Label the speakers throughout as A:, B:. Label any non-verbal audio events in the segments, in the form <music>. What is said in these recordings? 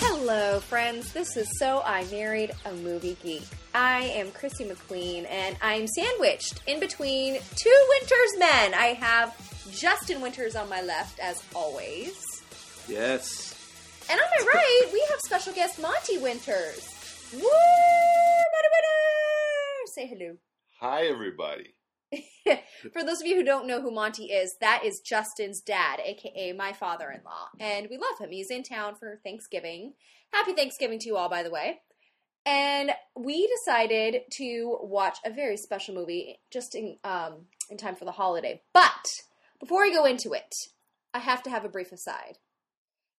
A: Hello, friends. This is So I Married a Movie Geek. I am Chrissy McQueen, and I'm sandwiched in between two Winters men. I have Justin Winters on my left, as always.
B: Yes.
A: And on my right, we have special guest Monty Winters. Woo! Monty Winters! Say hello.
B: Hi, everybody.
A: <laughs> For those of you who don't know who Monty is, that is Justin's dad, aka my father in law. And we love him. He's in town for Thanksgiving. Happy Thanksgiving to you all, by the way. And we decided to watch a very special movie just in, um, in time for the holiday. But before we go into it, I have to have a brief aside.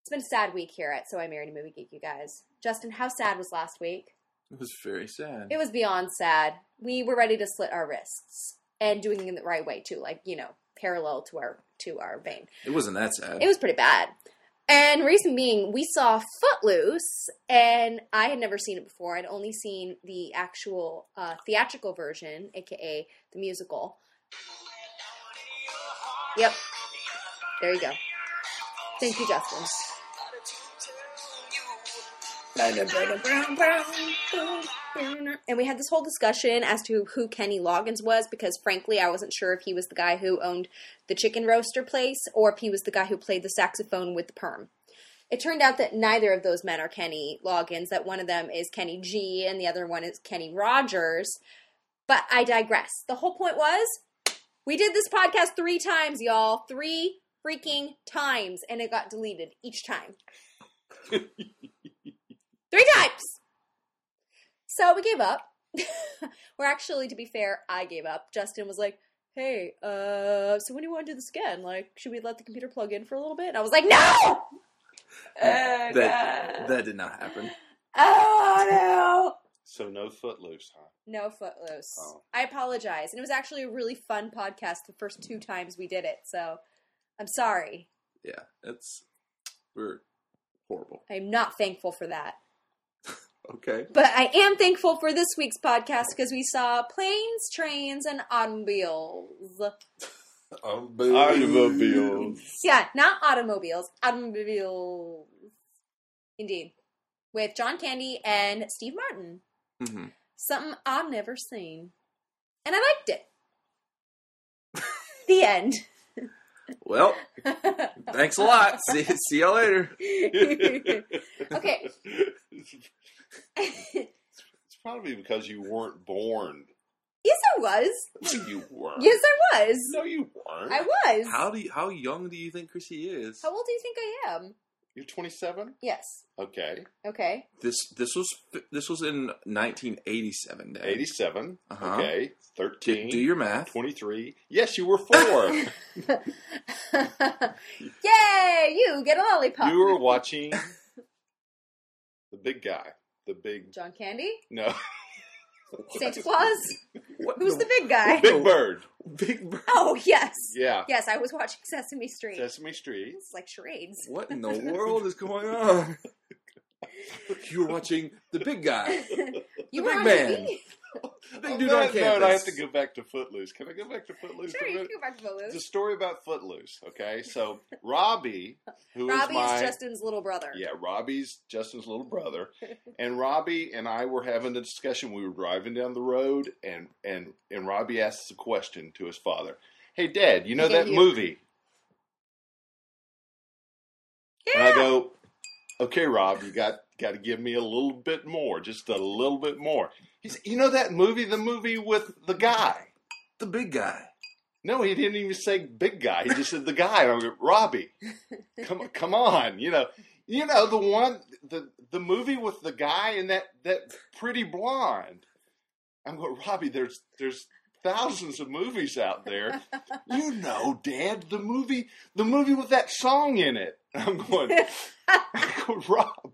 A: It's been a sad week here at So I Married a Movie Geek, you guys. Justin, how sad was last week?
B: It was very sad.
A: It was beyond sad. We were ready to slit our wrists and doing it in the right way too, like you know, parallel to our to our vein.
B: It wasn't that sad.
A: It was pretty bad. And reason being, we saw Footloose, and I had never seen it before. I'd only seen the actual uh, theatrical version, aka the musical. Yep. There you go. Thank you, Justin. And we had this whole discussion as to who Kenny Loggins was because, frankly, I wasn't sure if he was the guy who owned the chicken roaster place or if he was the guy who played the saxophone with the perm. It turned out that neither of those men are Kenny Loggins, that one of them is Kenny G and the other one is Kenny Rogers. But I digress. The whole point was we did this podcast three times, y'all. Three freaking times, and it got deleted each time. Three times. So we gave up. <laughs> We're actually, to be fair, I gave up. Justin was like, "Hey, uh, so when do you want to do this again? Like, should we let the computer plug in for a little bit?" And I was like, "No." Oh,
B: that, that did not happen.
A: Oh
C: So no footloose, huh?
A: no. No footloose.
C: Oh.
A: I apologize. And it was actually a really fun podcast the first two times we did it. So I'm sorry.
B: Yeah, it's we're horrible.
A: I'm not thankful for that.
B: Okay.
A: But I am thankful for this week's podcast because we saw planes, trains, and automobiles.
C: <laughs> Automobiles.
A: Yeah, not automobiles, automobiles. Indeed. With John Candy and Steve Martin.
B: hmm
A: Something I've never seen. And I liked it. the end. <laughs>
B: Well, thanks a lot. See, see y'all later.
A: Okay. <laughs>
C: It's, it's probably because you weren't born.
A: yes, I was.
C: No, you weren't.
A: Yes, I was.
C: No, you weren't.
A: I was.
B: How do you, how young do you think Chrissy is?
A: How old do you think I am?
C: You're 27.
A: Yes.
C: Okay.
A: Okay. <laughs>
B: This this was this was in 1987. Dad.
C: 87.
B: Uh-huh.
C: Okay. 13.
B: Do, do your math.
C: 23. Yes, you were four.
A: <laughs> Yay! You get a lollipop.
C: you were watching the big guy. The big
A: John Candy?
C: no.
A: Santa Claus?
B: What
A: Who's the big guy?
C: <laughs> Big Bird.
B: big? Bird?
A: Oh, yes.
C: Yeah.
A: Yes, I was watching Sesame Street.
C: Sesame Street.
A: It's like
B: <laughs>
A: charades. <laughs>
B: What in the world is going on? You're watching the
A: <laughs>
B: big guy.
A: you
B: The big
A: were on
B: man.
A: TV?
B: The big
C: On
B: dude
C: that
B: on
C: note,
B: campus.
C: I have to go back to Footloose. Can I go back to Footloose? for
A: Sure,
C: a
A: you can
C: minute?
A: go back to
C: It's a
A: Footloose.
C: story about Footloose. Okay, so Robbie, who is
A: Robbie
C: my
A: is Justin's little brother. <laughs>
C: yeah, Robbie's Justin's little brother, and Robbie and I were having a discussion. We were driving down the road, and and and Robbie asks a question to his father. Hey, Dad, you know
A: Yeah,
C: that
A: you.
C: movie? And I
A: Yeah.
C: go, okay, Rob, you got got to give me a little bit more, just a little bit more. He's, you know that movie, the movie with the guy.
B: The big guy.
C: No, he didn't even say big guy. He just said the guy. And I'm like, Robbie, come come on, you know, you know the one the the movie with the guy and that that pretty blonde. I'm going, Robbie. There's there's thousands of movies out there. you know, Dad, the movie, the movie with that song in it. <laughs> And I'm going, I go, Rob,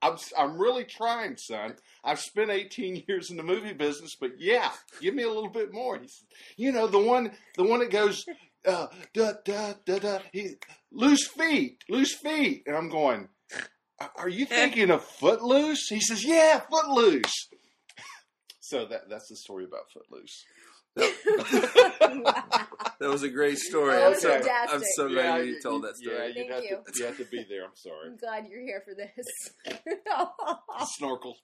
C: I'm, I'm really trying, son. I've spent 18 years in the movie business, but yeah, give me a little bit more. He said, you know, the one, the one that goes, uh, da, da, da, da, he, loose feet, loose feet. And I'm going, are you thinking of Footloose? He says, yeah, Footloose. <laughs> So that that's the story about Footloose.
B: That was a great story.
A: That
B: I'm
A: was
B: so, I'm
A: fantastic.
B: so glad you
C: you-
B: told that story.
C: Yeah, you'd
A: Thank
C: have,
A: you.
C: To, you have to be there. I'm sorry.
B: <laughs>
A: I'm glad you're here for this. <laughs>
C: Snorkel.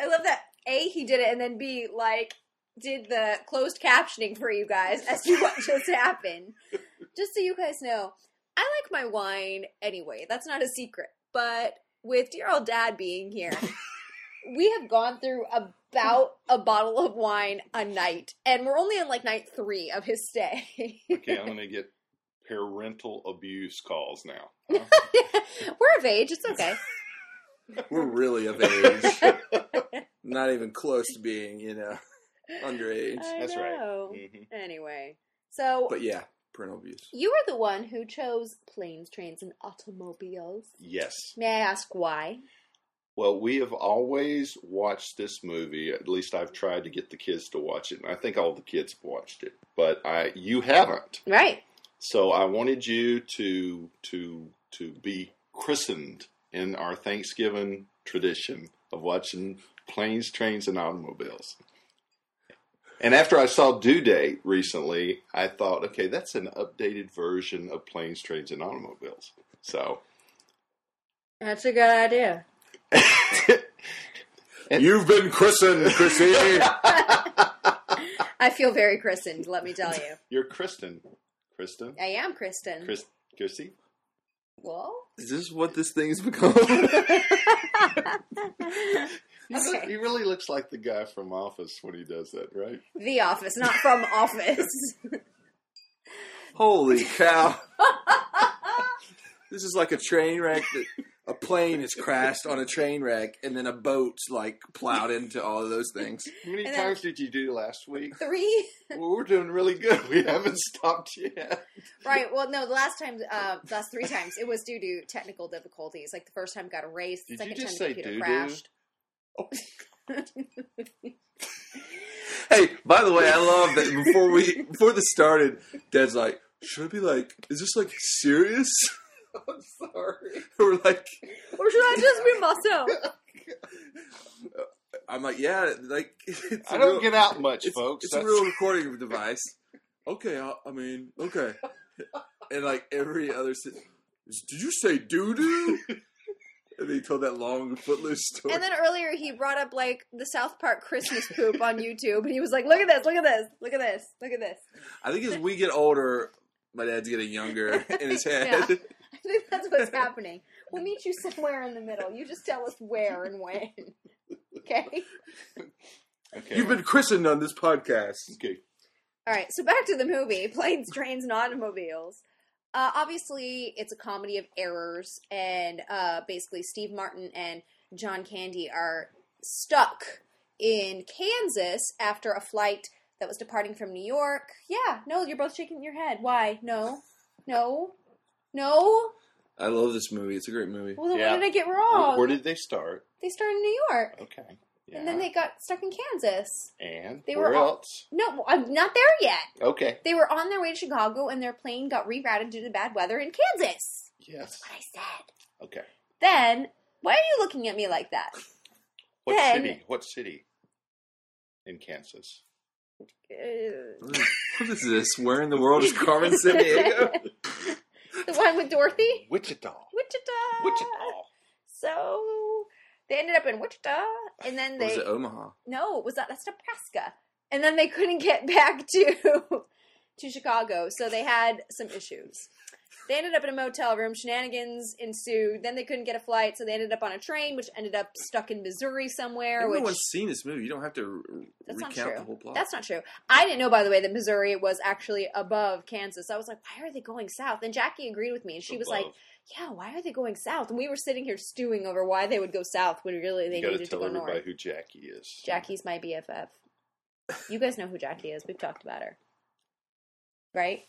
A: I love that A, he did it, and then B, like, did the closed captioning for you guys as to what
C: <laughs>
A: just happened. Just so you guys know, I like my wine anyway. That's not a secret. But with dear old dad being
C: <laughs>
A: here, we have gone through about a bottle of wine a night, and we're only on like night three of his stay. <laughs>
C: Okay, I'm going to get parental abuse calls now.
A: we're of age, it's okay.
B: We're really <laughs> of age. Not even close to being, you know, underage.
A: I
C: That's right.
B: Oh.
A: know.
C: Mhm.
A: Anyway, so
B: But yeah, parental abuse.
A: You were the one who chose planes, trains, and automobiles.
C: Yes.
A: May I ask why?
C: Well, we have always watched this movie. At least I've tried to get the kids to watch it. And I think all the kids have watched it, but I you haven't.
A: Right.
C: So I wanted you to to to be christened in our Thanksgiving tradition of watching planes, trains, and automobiles. And after I saw Due Date recently, I thought, okay, that's an updated version of planes, trains, and automobiles. So
A: That's a good idea.
B: You've been christened, Chrissy.
A: I feel very christened, let me tell
C: <laughs>
A: you.
C: you're Kristen, Kristen,
A: I am Kristen.
C: Chris, Chrissy.
A: Well,
B: <laughs> Is this what this thing's become? <laughs>
A: okay.
C: He really looks like the guy from Office when he does that, right?
A: The office, not from <laughs> office.
B: Holy cow. this is like a train wreck that a plane has crashed on a train wreck and then a boat's like plowed into all of those things.
C: How many
A: And then-
C: times did you do last week?
A: Three.
C: well, we're doing really good. <laughs> We haven't stopped yet.
A: Right. Well, no. The last time, uh, last three times, it was due to technical difficulties. Like the first time got erased. The
C: Did
A: second
C: you just
A: time,
C: say
A: the computer
C: doo-doo?
A: crashed.
B: Hey, by the way, I love
C: <laughs>
B: that before we before this started, Dad's like, should I be like, is this like
C: <laughs>
B: serious? I'm sorry. <laughs> We're like,
A: Or should I just be myself?
B: I'm like, yeah, like <laughs> it's
C: I
B: a
C: don't
B: real-
C: get out much,
B: it's,
C: folks.
B: It's a
C: <laughs>
B: real recording device. Okay, I, I mean,
C: <laughs>
B: okay. And like every other, si- did you say doo
C: <laughs>
B: doo? And they told that long footloose story.
A: And then earlier he brought up like the South Park Christmas poop on YouTube, and he was like, "Look at this! Look at this! Look at this! Look at this!" <laughs>
B: I think as we get older, my dad's getting
A: <laughs>
B: younger in his head.
A: Yeah. I think that's what's happening. We'll meet you somewhere in the middle. You just tell us where and when. <laughs> Okay.
C: okay.
B: You've been christened on this podcast.
C: okay.
A: All right. So back to the movie: <laughs> planes, trains, and automobiles. Uh, obviously, it's a comedy of errors, and uh, basically, Steve Martin and John Candy are stuck in Kansas after a flight that was departing from New York. Yeah, no, you're both shaking your head. Why? No, no, no.
B: I love this movie. It's a great movie. <laughs>
A: Well, then
C: Yeah.
A: what did I get
C: Where,
A: wrong?
C: where did they start?
A: they started in New York,
C: Okay. Yeah.
A: Oh. and then they got stuck in Kansas.
C: And
A: they
C: where
A: were all-
C: else?
A: No, I'm not there yet.
C: Okay.
A: They were on their way to Chicago, and their plane got rerouted due to bad weather in Kansas.
C: Yes.
A: What I said.
C: Okay.
A: Then why are you looking at me like that?
C: What
A: Then-
C: city? What city? In Kansas.
A: Uh,
B: What is this? Where in the world
A: <laughs>
B: is Carmen San Diego?
A: the one with Dorothy,
C: Wichita.
A: Wichita.
C: Wichita.
A: So they ended up in Wichita, and then
B: Or
A: they
B: was it Omaha?
A: no, it was that that's Nebraska, and then they couldn't get <laughs> back to to Chicago, so they had some issues. They ended up in a motel room. Shenanigans ensued. Then they couldn't get a flight, so they ended up on a train, which ended up stuck in Missouri somewhere.
B: Everyone's
A: Which
B: seen this movie. You don't have to re-
A: That's not
B: recount
A: true.
B: the whole plot.
A: that's not true. I didn't know, by the way, that Missouri was actually above Kansas. I was like, why are they going south? And Jackie agreed with me, and she was like,
C: Above.
A: yeah, why are they going south? And we were sitting here stewing over why they would go south when really they
C: you got to
A: needed to
C: tell
A: go
C: everybody
A: north.
C: who Jackie is.
A: Jackie's my BFF. You guys know who Jackie is. We've talked about her. Right?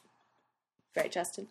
A: Right, Justin?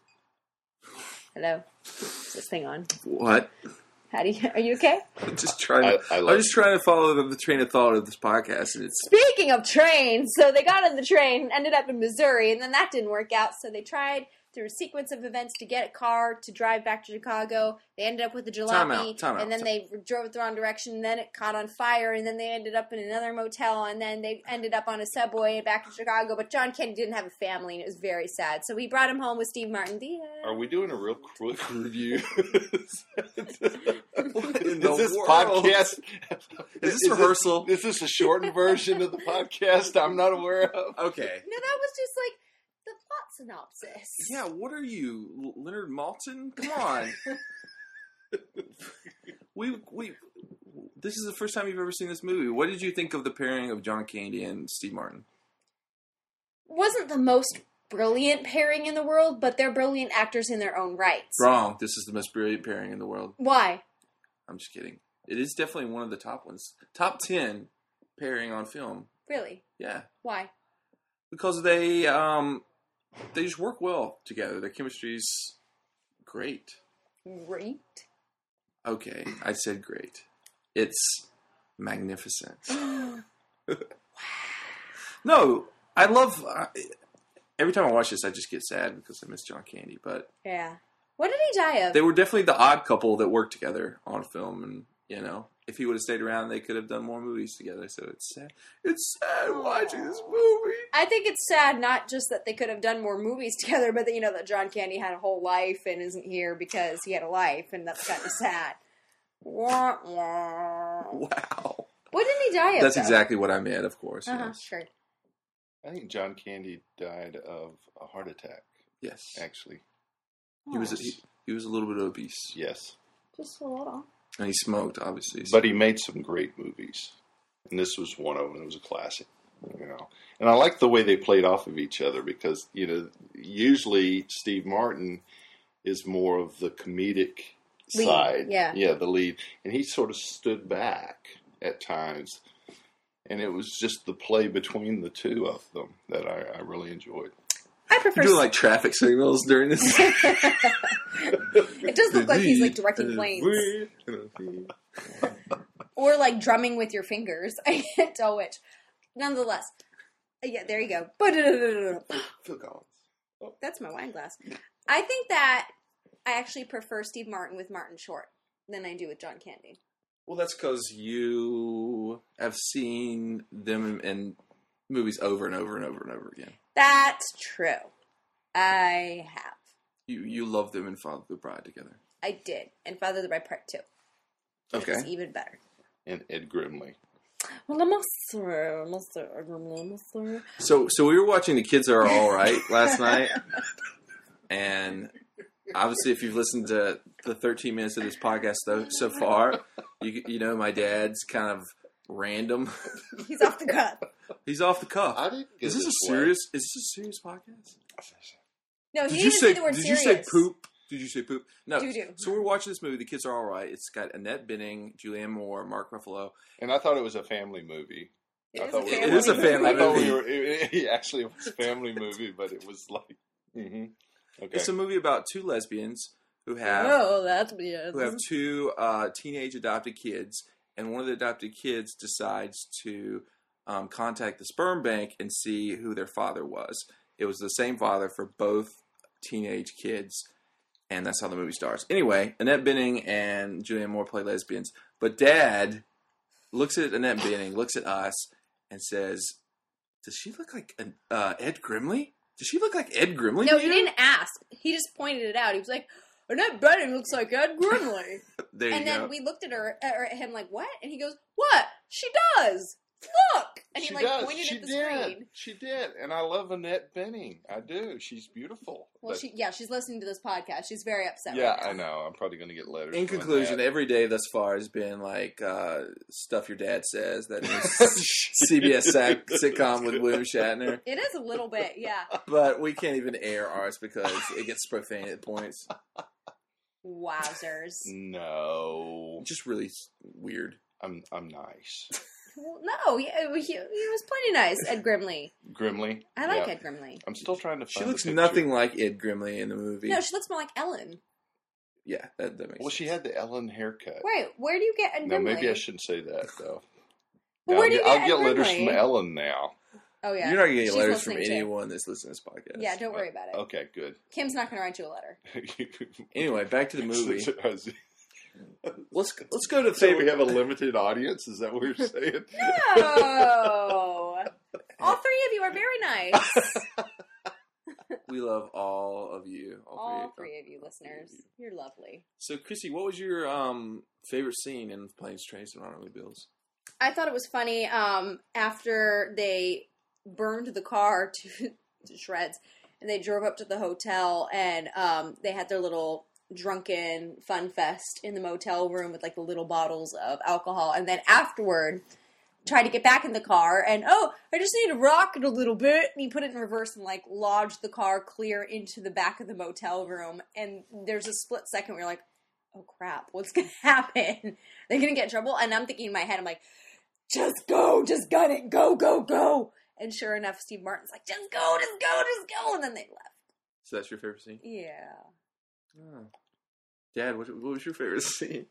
A: Hello? Is this thing on?
B: What? <laughs>
A: How do you, are you okay?
B: I'm just trying.
C: I- I
B: I'm
C: love
B: just trying to follow the, the train of thought of this podcast, and it's <laughs>
A: Speaking of trains, so they got on the train, ended up in Missouri, and then that didn't work out. So they tried through a sequence of events to get a car to drive back to Chicago. They ended up with the jalopy,
B: Time out, time out,
A: and then
B: time-
A: they drove it the wrong direction. And then it caught on fire, and then they ended up in another motel, and then they ended up on a subway back to Chicago. But John Candy didn't have a family, and it was very sad. So we brought him home with Steve Martin. The end.
C: Are we doing
A: <laughs>
C: a real quick <laughs> review?
B: what in
C: is
B: the
C: this
B: world?
C: podcast?
B: Is this rehersal?
C: Is this a shortened version of the podcast I'm not aware of?
B: Okay.
A: No, that was just like the plot synopsis.
B: Yeah. What are you, L- Leonard Maltin? Come
A: <laughs>
B: on. we we. This is the first time you've ever seen this movie. What did you think of the pairing of John Candy and Steve Martin?
A: wasn't the most brilliant pairing in the world, but they're brilliant actors in their own rights.
B: Wrong. This is the most brilliant pairing in the world.
A: Why?
B: I'm just kidding. It is definitely one of the top ones. Top 10 pairing on film.
A: Really?
B: Yeah.
A: Why?
B: Because they um they just work well together. Their chemistry's great.
A: Great.
B: Okay, I said great. It's magnificent. No, I love I, Every time I watch this, I just get sad because I miss John Candy. But
A: Yeah. What did he die of?
B: they were definitely the odd couple that worked together on film, and you know, if he would have stayed around, they could have done more movies together. So it's sad. It's sad watching this movie.
A: I think it's sad not just that they could have done more movies <laughs> together, but that you know that John Candy had a whole life and isn't here because he had a life, and that's kind of sad. Wah, wah.
B: Wow.
A: What did he die of?
B: That's
A: though?
B: exactly what I meant, of course.
A: Uh-huh,
B: Yes.
A: sure.
C: I think John Candy died of a heart attack.
B: Yes.
C: Actually,
B: He was he, he was a little bit obese.
C: yes,
A: Just a little.
B: And he smoked, obviously.
C: but he made some great movies, and this was one of them. It was a classic, you know. And I like the way they played off of each other because you know usually Steve Martin is more of the comedic
A: Lead,
C: side,
A: yeah.
C: yeah, the lead, and he sort of stood back at times. And it was just the play between the two of them that I, I really enjoyed.
A: I prefer.
B: You're doing like traffic signals during this.
A: it does look like he's like directing planes. or like drumming with your fingers. <laughs> I can't tell which. Nonetheless, uh, yeah, there you go.
C: <laughs> Phil Collins.
A: That's my wine glass. I think that I actually prefer Steve Martin with Martin Short than I do with John Candy.
B: well, that's because you have seen them in movies over and over and over and over again.
A: That's true. I have.
B: You you love them in Father the Bride together.
A: I did. And Father of the Bride Part 2. It's
B: Okay.
A: even better.
C: And Ed Grimley.
A: Well, I'm also, I'm also, I'm also.
B: So so we were watching The Kids Are All Right
C: <laughs>
B: last night, and obviously, if you've listened to the 13 minutes of this podcast though so far, you you know my dad's kind of random. <laughs>
A: He's off the cuff.
B: He's off the cuff.
C: I didn't get
B: Is this, a
C: way.
B: serious? Is this a serious podcast?
A: No, he
B: Did
A: didn't
B: you
A: even
B: say?
A: the word
B: Did
A: serious.
B: you say poop? Did you say poop? No.
A: Doo-doo.
B: So we're watching this movie. The kids are all right. It's got Annette Benning, Julianne Moore, Mark Ruffalo.
C: And I thought it was a family movie.
A: It
C: I
A: is
C: thought
A: a
C: we were-
A: family It is a
B: movie. family
C: I thought
B: movie.
C: we were, <laughs> it, it- actually, it was a family movie, but it was like, hmm okay.
B: Mm-hmm. It's a movie about two lesbians who have
A: Oh, that's weird.
B: who have two uh, teenage adopted kids, and one of the adopted kids decides to um, contact the sperm bank and see who their father was. It was the same father for both teenage kids, and that's how the movie starts. Anyway, Annette Benning and Julianne Moore play lesbians, but Dad looks at Annette Benning, looks at us, and says, "Does she look like an, uh, Ed Grimley? Does she look like Ed Grimley?"
A: No,
B: to
A: he
B: you?"
A: didn't ask. He just pointed it out. He was like, "Annette Benning looks like Ed Grimley."
B: There you
A: and
B: go.
A: then we looked at her or at him like, "What?" And he goes, "What? She does. Look." And he
C: she
A: like
C: does.
A: pointed
C: she
A: at the
C: did.
A: screen.
C: She did. And I love Annette Benning. I do. She's beautiful.
A: Well,
C: But-
A: she yeah, she's listening to this podcast. She's very upset.
C: yeah,
A: right now.
C: I know. I'm probably going to get letters.
B: In
C: from
B: conclusion,
C: that.
B: every day thus far has been like uh, stuff your dad says. That
C: <laughs>
B: is CBS sac- sitcom with William Shatner,
A: It is a little bit,
C: <laughs>
A: yeah.
B: but we can't even air ours because it gets profane at points.
A: Wowzers.
C: no,
B: Just really s- weird.
C: I'm I'm nice.
A: Well, no, yeah, he, he was plenty nice, Ed Grimley.
C: Grimly.
A: I like
C: Yeah.
A: Ed Grimley.
C: I'm still trying to. Find
B: She
C: the
B: looks
C: picture.
B: Um, nothing like Ed Grimley in the movie.
A: No, she looks more like Ellen.
B: yeah, that, that makes
C: Well, she
B: sense.
C: had the Ellen haircut.
A: Right? Where do you get Ed
C: No,
A: Grimley?
C: maybe I shouldn't say that though.
A: Well,
C: Now,
A: where do you
C: I'll
A: get
C: get
A: Ed
C: letters
A: Grimley?
C: from Ellen now.
A: Oh yeah,
B: You're not going to
A: She's
B: get letters from
A: listening, too.
B: anyone that's listening to this podcast.
A: Yeah, don't worry about it.
C: Okay, good. <laughs>
A: Kim's not going to write you a letter.
B: Anyway, back to the
C: <laughs>
B: movie. let's let's go to
C: Say we
B: favorite.
C: have a limited audience. Is that what <laughs> you're saying?
A: No. All three of you are very nice.
B: We love all of you. All,
A: All
B: three.
A: three of you listeners. You're lovely.
B: So, Chrissy, what was your um, favorite scene in Planes, Trains, and Automobiles?
A: I thought it was funny um, after they burned the car <laughs> to, to shreds and they drove up to the hotel and um, they had their little drunken fun fest in the motel room with like the little bottles of alcohol and then afterward tried to get back in the car and oh i just need to rock it a little bit and he put it in reverse and like lodged the car clear into the back of the motel room and there's a split second where you're like oh crap what's gonna <laughs> happen they're gonna get in trouble and i'm thinking in my head i'm like just go just gun it go go go and sure enough steve martin's like just go just go just go and then they left
B: So that's your favorite scene.
A: yeah
B: Oh. Dad, what, what was your favorite <laughs> scene?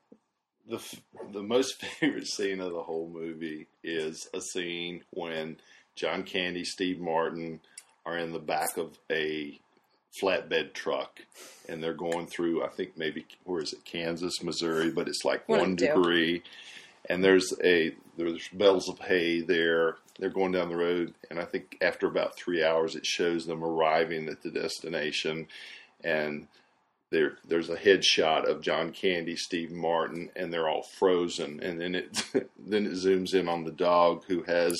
C: the f- the most <laughs> favorite scene of the whole movie is a scene when John Candy, Steve Martin are in the back of a flatbed truck and they're going through I think maybe where is it Kansas, Missouri, but it's like
A: One of
C: one
A: them do.
C: degree and there's a there's bales of hay there. They're going down the road and I think after about 3 hours it shows them arriving at the destination and there there's a headshot of John Candy, Steve Martin, and they're all frozen. And then it <laughs> then it zooms in on the dog who has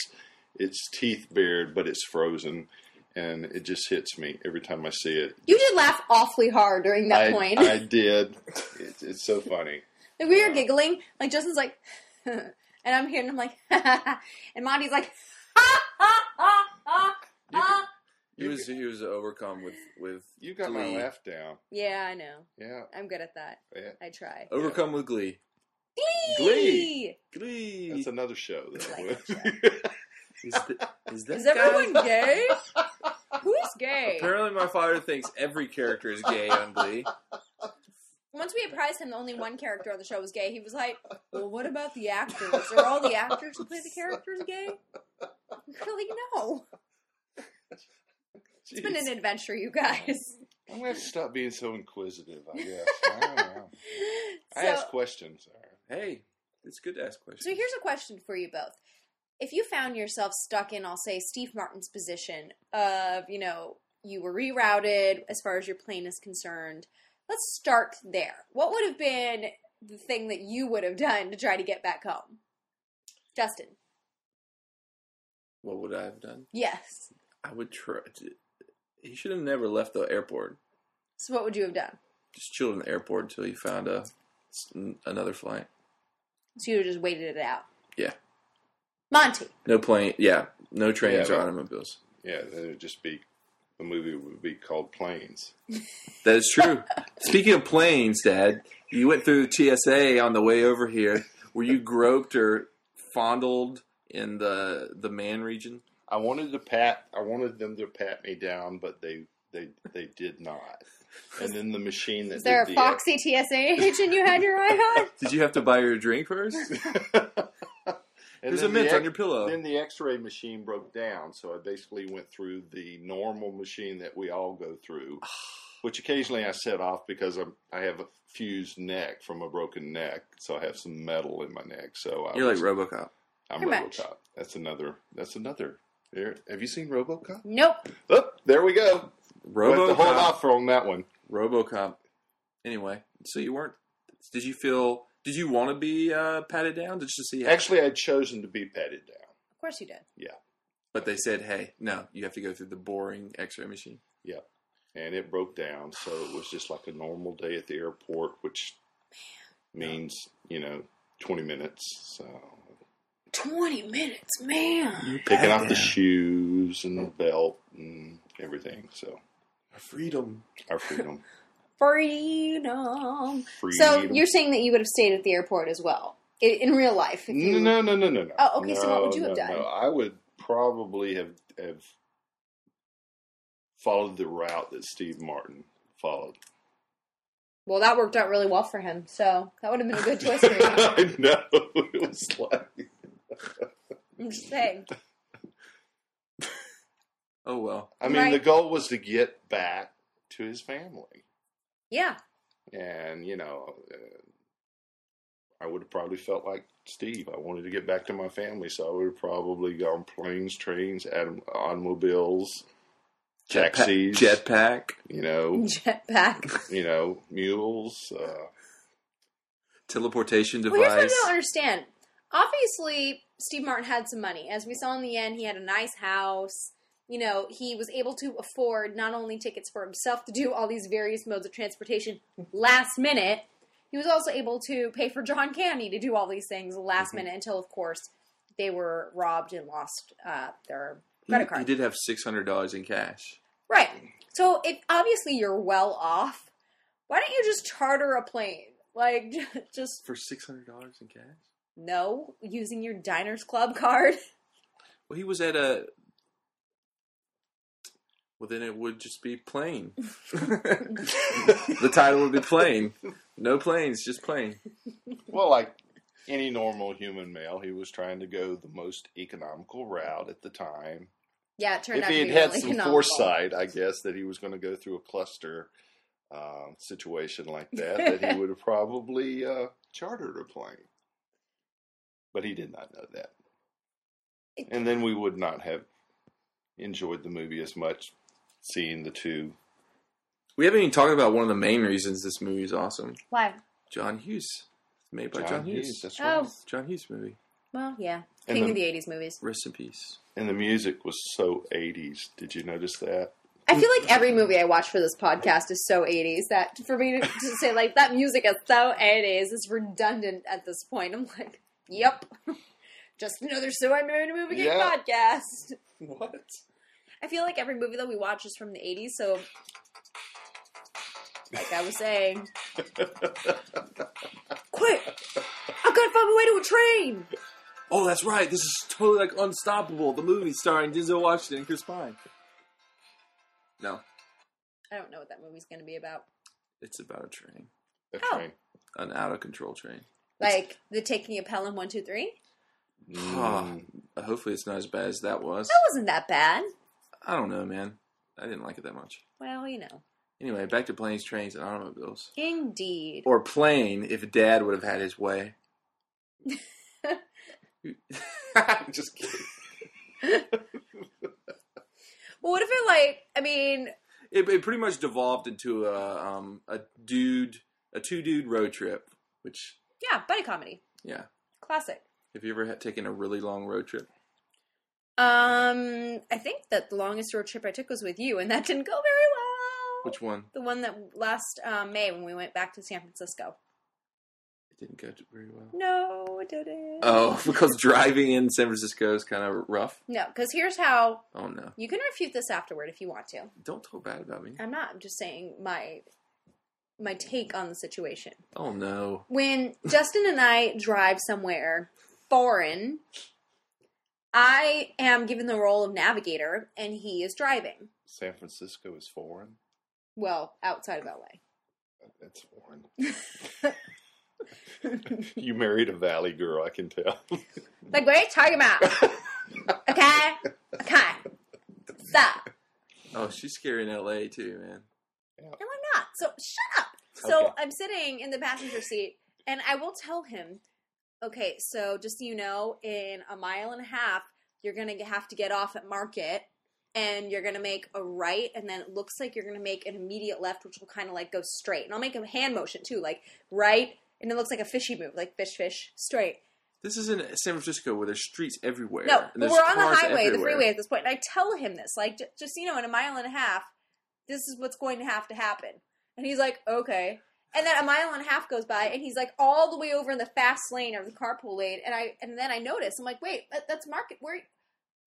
C: its teeth bared, but it's frozen. And it just hits me every time I see it.
A: you did laugh awfully hard during that
C: I,
A: point
C: I did. It's, it's so funny.
A: Like <laughs> we were giggling. Like Justin's like, <laughs> and I'm here, and I'm like, <laughs> and Monty's like, <laughs> ha ha ha ha ha.
B: He was he was overcome with with
C: You got my
B: glee.
C: laugh down.
A: Yeah, I know.
C: Yeah.
A: I'm good at that.
C: yeah.
A: I try.
B: overcome with glee.
A: Glee.
B: Glee.
C: That's another show. <laughs> That
B: is, th- is that
A: Is
B: guy-
A: everyone gay? Who's gay?
B: Apparently, my father thinks every character is gay on Glee.
A: Once we apprised him that only one character on the show was gay, he was like, "Well, what about the actors? Are all the actors who play the characters gay?" <laughs> Really, no. It's been an adventure, you guys.
C: I'm going to stop being so inquisitive,
A: <laughs>
C: I guess. I don't know. I
A: So-
C: ask questions.
B: Hey, it's good to ask questions.
A: So here's a question for you both. If you found yourself stuck in, I'll say, Steve Martin's position of, you know, you were rerouted as far as your plane is concerned, let's start there. What would have been the thing that you would have done to try to get back home? Justin.
B: what would I have done?
A: Yes.
B: I would try. To, he should have never left the airport.
A: So what would you have done?
B: Just chilled in the airport until he found a another flight.
A: So you would have just waited it out.
B: Yeah,
A: Monty.
B: no plane. Yeah, no trains
C: Yeah,
B: or
C: but-
B: automobiles.
C: Yeah, then it'd just be the movie would be called Planes.
B: That is true. Speaking of planes, Dad, you went through TSA on the way over here. Were you groped or fondled in the the man region?
C: I wanted to pat. I wanted them to pat me down, but they they they did not. And then the machine that
A: Is there a
C: did
A: foxy TSA agent you had your eye
C: <laughs>
A: on?
B: Did you have to buy her a drink first?
C: the, And
B: There's
C: then
B: a mint
C: the
B: on
C: ex-
B: your pillow.
C: Then the X-ray machine broke down, so I basically went through the normal machine that we all go
B: <sighs>
C: through, which occasionally I set off because I'm I have a fused neck from a broken neck, so I have some metal in my neck. So I
B: You're like
C: was-
B: RoboCop.
C: I'm
A: Pretty much.
C: RoboCop. That's another. That's another. There, have you seen RoboCop?
A: Nope.
C: Oh, there we go. We'll have to hold
B: RoboCop.
C: off for on that one.
B: RoboCop. Anyway, so you weren't. Did you feel? Did you want to be uh, patted down? Did you see?
C: Actually, I'd chosen to be patted down.
A: Of course you did.
B: But they said, "Hey, no, you have to go through the boring X-ray machine."
C: and it broke down. So it was just like a normal day at the airport, which means you know twenty minutes. So
A: 20 minutes, man.
C: picking
B: Pat
C: off the
B: down.
C: shoes and the
A: Oh.
C: belt and everything. So
B: Freedom.
A: <laughs>
C: our freedom,
A: Freedom.
C: freedom.
A: So you're saying that you would have stayed at the airport as well? I in real life. if
C: No,
A: you-
C: no, no, no, no, no.
A: Oh, okay, so what would
C: No,
A: you have
C: no,
A: done?
C: no. I would probably have have followed the route that Steve Martin followed.
A: Well, that worked out really well for him, so that would have been a good choice
C: <laughs>
A: for you.
C: I know it was like
A: I'm just saying.
B: Oh well.
C: I mean,
A: Right.
C: the goal was to get back to his family,
A: Yeah.
C: and you know, uh, I would have probably felt like Steve. I wanted to get back to my family, so I would have probably gone planes, trains, autom- automobiles,
B: Jetpa-
C: taxis,
B: jetpack,
C: you know,
A: Jetpack.
C: you know, mules. Uh,
B: teleportation
A: Well, here's what I
B: device.
A: don't understand. Obviously, Steve Martin had some money. As we saw in the end, he had a nice house. You know, he was able to afford not only tickets for himself to do all these various modes of transportation last minute, he was also able to pay for John Candy to do all these things last
B: Mm-hmm.
A: minute until, of course, they were robbed and lost uh, their credit
B: He,
A: card.
B: he did have six hundred dollars in cash.
A: Right. So if obviously you're well off, why don't you just charter a plane? Like <laughs> just
B: For six hundred dollars in cash?
A: no using your diners club card.
B: Well he was at a well then it would just be
A: <laughs>
B: plane. <laughs> the title would be plane. No planes, just plane.
C: Well, like any normal human male, he was trying to go the most economical route at the time.
A: <laughs> Yeah, it turned
C: if
A: out to
C: he had
A: be
C: had
A: really <laughs>
C: some
A: economical.
C: foresight, I guess that he was going to go through a cluster um, situation like
A: <laughs>
C: that, that he would have probably uh, chartered a plane. But he did not know that, and then we would not have enjoyed the movie as much seeing the two.
B: We haven't even talked about one of the main reasons this movie is awesome.
A: Why?
B: John Hughes. It's made by
C: John,
B: John,
C: Hughes.
B: Hughes.
C: That's right.
A: Oh,
B: John Hughes movie.
A: well, yeah.
C: And
A: King
C: the-
A: of the '80s movies.
C: <laughs>
B: Rest in peace.
C: And the music was so '80s. Did you notice that?
A: I feel like every movie I watch for this podcast is so '80s that for me to, to say like that music is so '80s is redundant at this point. I'm like, yep, <laughs> just another so I married a movie Geek
C: Yeah.
A: podcast.
B: What?
A: I feel like every movie that we watch is from the 80s, so like I was saying, quick, I've got to find my way to a train.
B: Oh, that's right. This is totally like Unstoppable, the movie starring Denzel Washington and Chris Pine. No,
A: I don't know what that movie's going to be about.
B: it's about a train,
C: That
A: Oh.
C: train.
B: an out of control train.
A: Like the taking of Pelham one two three.
B: Ah,
C: Mm.
B: hopefully, it's not as bad as that was.
A: That wasn't that bad.
B: I don't know, man. I didn't like it that much.
A: Well, you know,
B: Anyway, back to planes, trains, and automobiles.
A: indeed.
B: Or plane, if Dad would have had his way.
C: Mm. Just kidding.
A: Well, what if it like? I mean,
B: It, it pretty much devolved into a um, a dude, a two dude road trip. Which,
A: yeah, buddy comedy,
B: yeah,
A: classic.
B: have you ever had, taken a really long road trip?
A: Um, I think that the longest road trip I took was with you, and that didn't go very well.
B: Which one?
A: The one that last um, May when we went back to San Francisco.
B: It didn't go very well.
A: No, it didn't.
B: Oh, <laughs> because driving in San Francisco is kind of rough.
A: No, because here's how
B: Oh no!
A: you can refute this afterward if you want to.
B: Don't talk bad about me.
A: I'm not. I'm just saying my my take on the situation.
B: Oh no!
A: When Justin and I drive somewhere foreign, I am given the role of navigator, and he is driving.
C: San Francisco is foreign.
A: Well, outside of LA.
C: That's foreign. <laughs> you married a valley girl, I can tell.
A: Like, what are you talking about? okay, okay. Stop.
B: Oh, she's scary in L.A. too, man.
A: No, I'm not. So shut up. So
C: Okay.
A: I'm sitting in the passenger seat, and I will tell him, okay, so just so you know, in a mile and a half, you're going to have to get off at Market, and you're going to make a right, and then it looks like you're going to make an immediate left, which will kind of like go straight. And I'll make a hand motion too, like right, and it looks like a fishy move, like fish, fish, straight.
B: This is in San Francisco where there's streets everywhere.
A: No,
B: and
A: but
B: there's
A: we're on the
B: cars
A: highway, the
B: everywhere.
A: freeway at this point, and I tell him this, like, "Ju- just you know, in a mile and a half, this is what's going to have to happen, and he's like, okay. And then a mile and a half goes by, and he's like all the way over in the fast lane or the carpool lane, and I and then I notice, I'm like, wait, that, that's market. Where?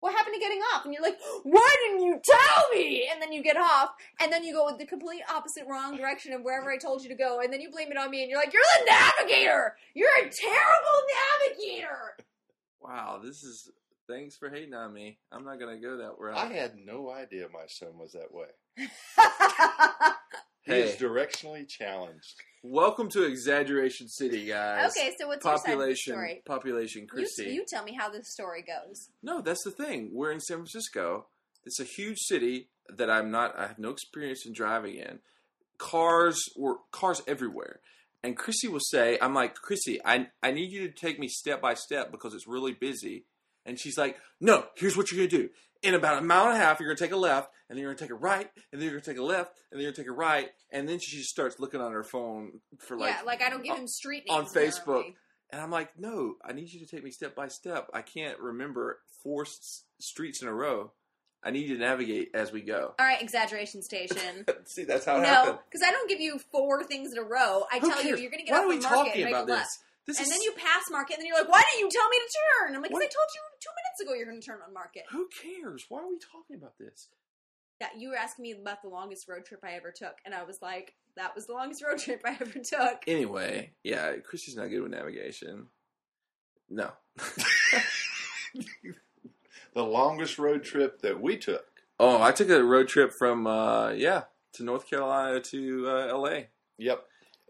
A: what happened to getting off? And you're like, why didn't you tell me? And then you get off, and then you go in the complete opposite wrong direction of wherever I told you to go, and then you blame it on me, and you're like, you're the navigator! You're a terrible navigator! <laughs>
B: Wow, this is thanks for hating on me. I'm not gonna go that route.
C: I had no idea my son was that way. He is
B: Hey.
C: directionally challenged.
B: Welcome to Exaggeration City, guys.
A: okay, so what's
B: Population,
A: your side of
B: population,
A: the
B: Christy.
A: story? You, you tell me how this story goes.
B: No, that's the thing. We're in San Francisco. It's a huge city that I'm not. I have no experience in driving in. Cars were cars everywhere, and Chrissy will say, "I'm like Chrissy. I I need you to take me step by step because it's really busy." And she's like, "No, here's what you're gonna do. In about a mile and a half, you're gonna take a left, and then you're gonna take a right, and then you're gonna take a left, and then you're gonna take a right." And then she just starts looking on her phone for like
A: yeah, like I don't give him street names
B: on Facebook.
A: apparently.
B: And I'm like, no, I need you to take me step by step. I can't remember four s- streets in a row. I need you to navigate as we go. <laughs>
A: All right, exaggeration station.
B: See, that's <laughs> how it happened.
A: no, because I don't give you four things in a row. I
B: Who
A: tell you,
B: cares?
A: you're going to get
B: Why
A: off
B: are we
A: the market
B: talking
A: and make
B: about
A: a left.
B: this? This
A: and
B: is
A: then you pass market, and then you're like, why didn't you tell me to turn? I'm like, 'cause
B: What-
A: I told you two minutes ago you're going to turn on market.
B: who cares? Why are we talking about this?
A: That you were asking me about the longest road trip I ever took, and I was like, that was the longest road <laughs> trip I ever took.
B: Anyway, yeah, Christy's not good with navigation. No,
C: The longest road trip that we took.
B: Oh, I took a road trip from uh, yeah to North Carolina to uh, L.A.
C: Yep.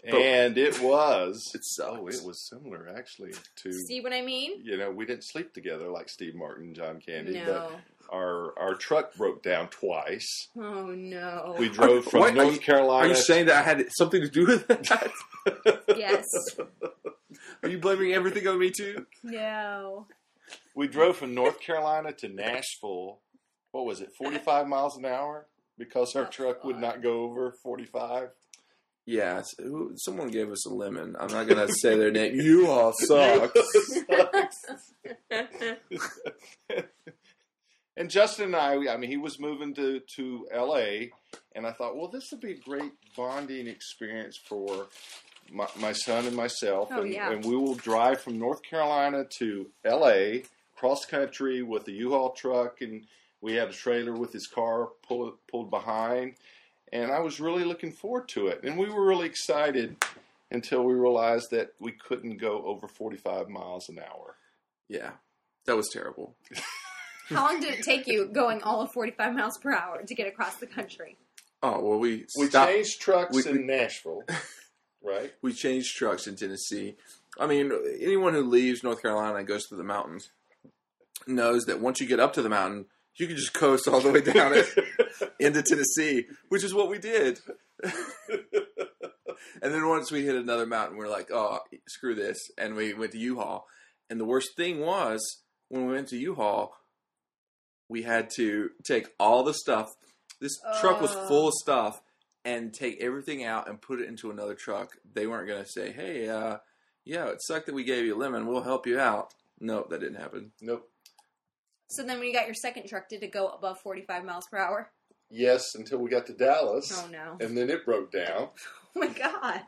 B: But-
C: and it was.
B: It sucks.
C: <laughs> Oh, it was similar actually to.
A: See what I mean?
C: You know, we didn't sleep together like Steve Martin, and John Candy, but
A: No.
C: our our truck broke down twice.
A: Oh no.
C: We drove from
B: What? Are
C: North
B: you-
C: Carolina.
B: Are you saying that I had something to do with that? <laughs>
A: yes.
B: Are you blaming everything on me too?
A: No.
C: we drove from North Carolina to Nashville. What was it? Forty five miles an hour because our
A: Oh,
C: truck would
A: God.
C: not go over forty five.
B: Yeah, s- who- someone gave us a lemon. I'm not gonna say their name. You all suck.
C: And Justin and I, we- I mean, he was moving to, to LA, and I thought, well, this would be a great bonding experience for my, my son and myself.
A: Oh,
C: and,
A: yeah.
C: and we will drive from North Carolina to LA, cross country with a U Haul truck, and we had a trailer with his car pull, pulled behind. And I was really looking forward to it. And we were really excited until we realized that we couldn't go over 45 miles an hour.
B: yeah, that was terrible.
A: How long did it take you going all of 45 miles per hour to get across the country?
B: Oh well, we
C: We
B: stopped.
C: changed trucks
B: We-
C: in Nashville, <laughs> right?
B: we changed trucks in Tennessee. I mean, anyone who leaves North Carolina and goes to the mountains knows that once you get up to the mountain, you can just <laughs> coast all the way down it into Tennessee, which is what we did. <laughs> and then once we hit another mountain, we're like, oh, screw this. And we went to U Haul. And the worst thing was when we went to U Haul, we had to take all the stuff. This truck was
A: Oh.
B: full of stuff and take everything out and put it into another truck. They weren't going to say, hey, uh, yeah, it sucked that we gave you a lemon. We'll help you out. No, that didn't happen.
C: Nope.
A: So then when you got your second truck, did it go above 45 miles per hour?
C: Yes, until we got to Dallas.
A: Oh no.
C: And then it broke down.
A: <laughs> Oh my god.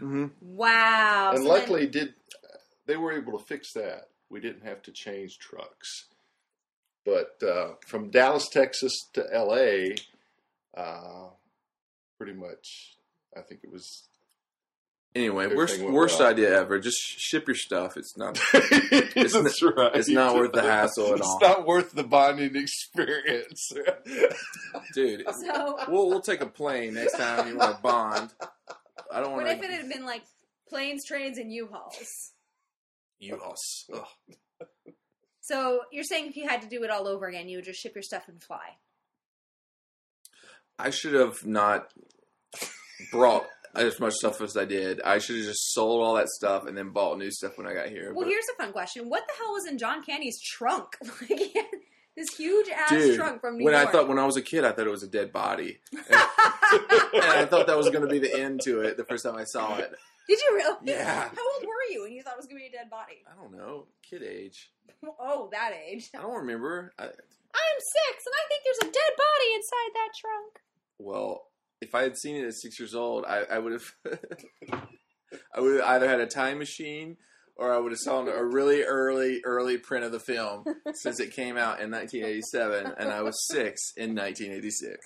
B: Mm-hmm.
A: Wow.
C: and
A: So then-
C: luckily, did they were able to fix that. We didn't have to change trucks. But uh, from Dallas, Texas to L.A., uh, pretty much, I think it was. <laughs>
B: Anyway, worst,
C: Everything went
B: worst
C: well.
B: idea ever. Just ship your stuff. It's not.
C: it's right.
B: it's not worth the hassle at all.
C: It's not worth the bonding experience. <laughs>
B: Dude,
A: <laughs> So
B: <laughs> we'll, we'll take a plane next time you want to bond. I don't want
A: What if it
B: to.
A: had been like planes, trains, and U-Hauls?
B: You us. Ugh.
A: So you're saying if you had to do it all over again, you would just ship your stuff and fly.
B: I should have not brought as much stuff as I did. I should have just sold all that stuff and then bought new stuff when I got here.
A: Well,
B: but-
A: here's a fun question: What the hell was in John Candy's trunk? <laughs> Like he had this huge ass
B: Dude,
A: trunk from New
B: when
A: York.
B: I thought when I was a kid, I thought it was a
A: <laughs>
B: dead body, and I thought that was going to be the end to it. The first time I saw it,
A: Did you really?
B: Yeah.
A: <laughs> How old were you when you thought it was gonna be a dead body?
B: I don't know, kid age.
A: Oh, that age. <laughs>
B: I don't remember. I,
A: I'm six, and I think there's a dead body inside that trunk.
B: Well, if I had <laughs> seen it at six years old, I, I would have. I would have either had a time machine or I would have saw a really early, early print of the film since it came out in 1987, and I was six in 1986.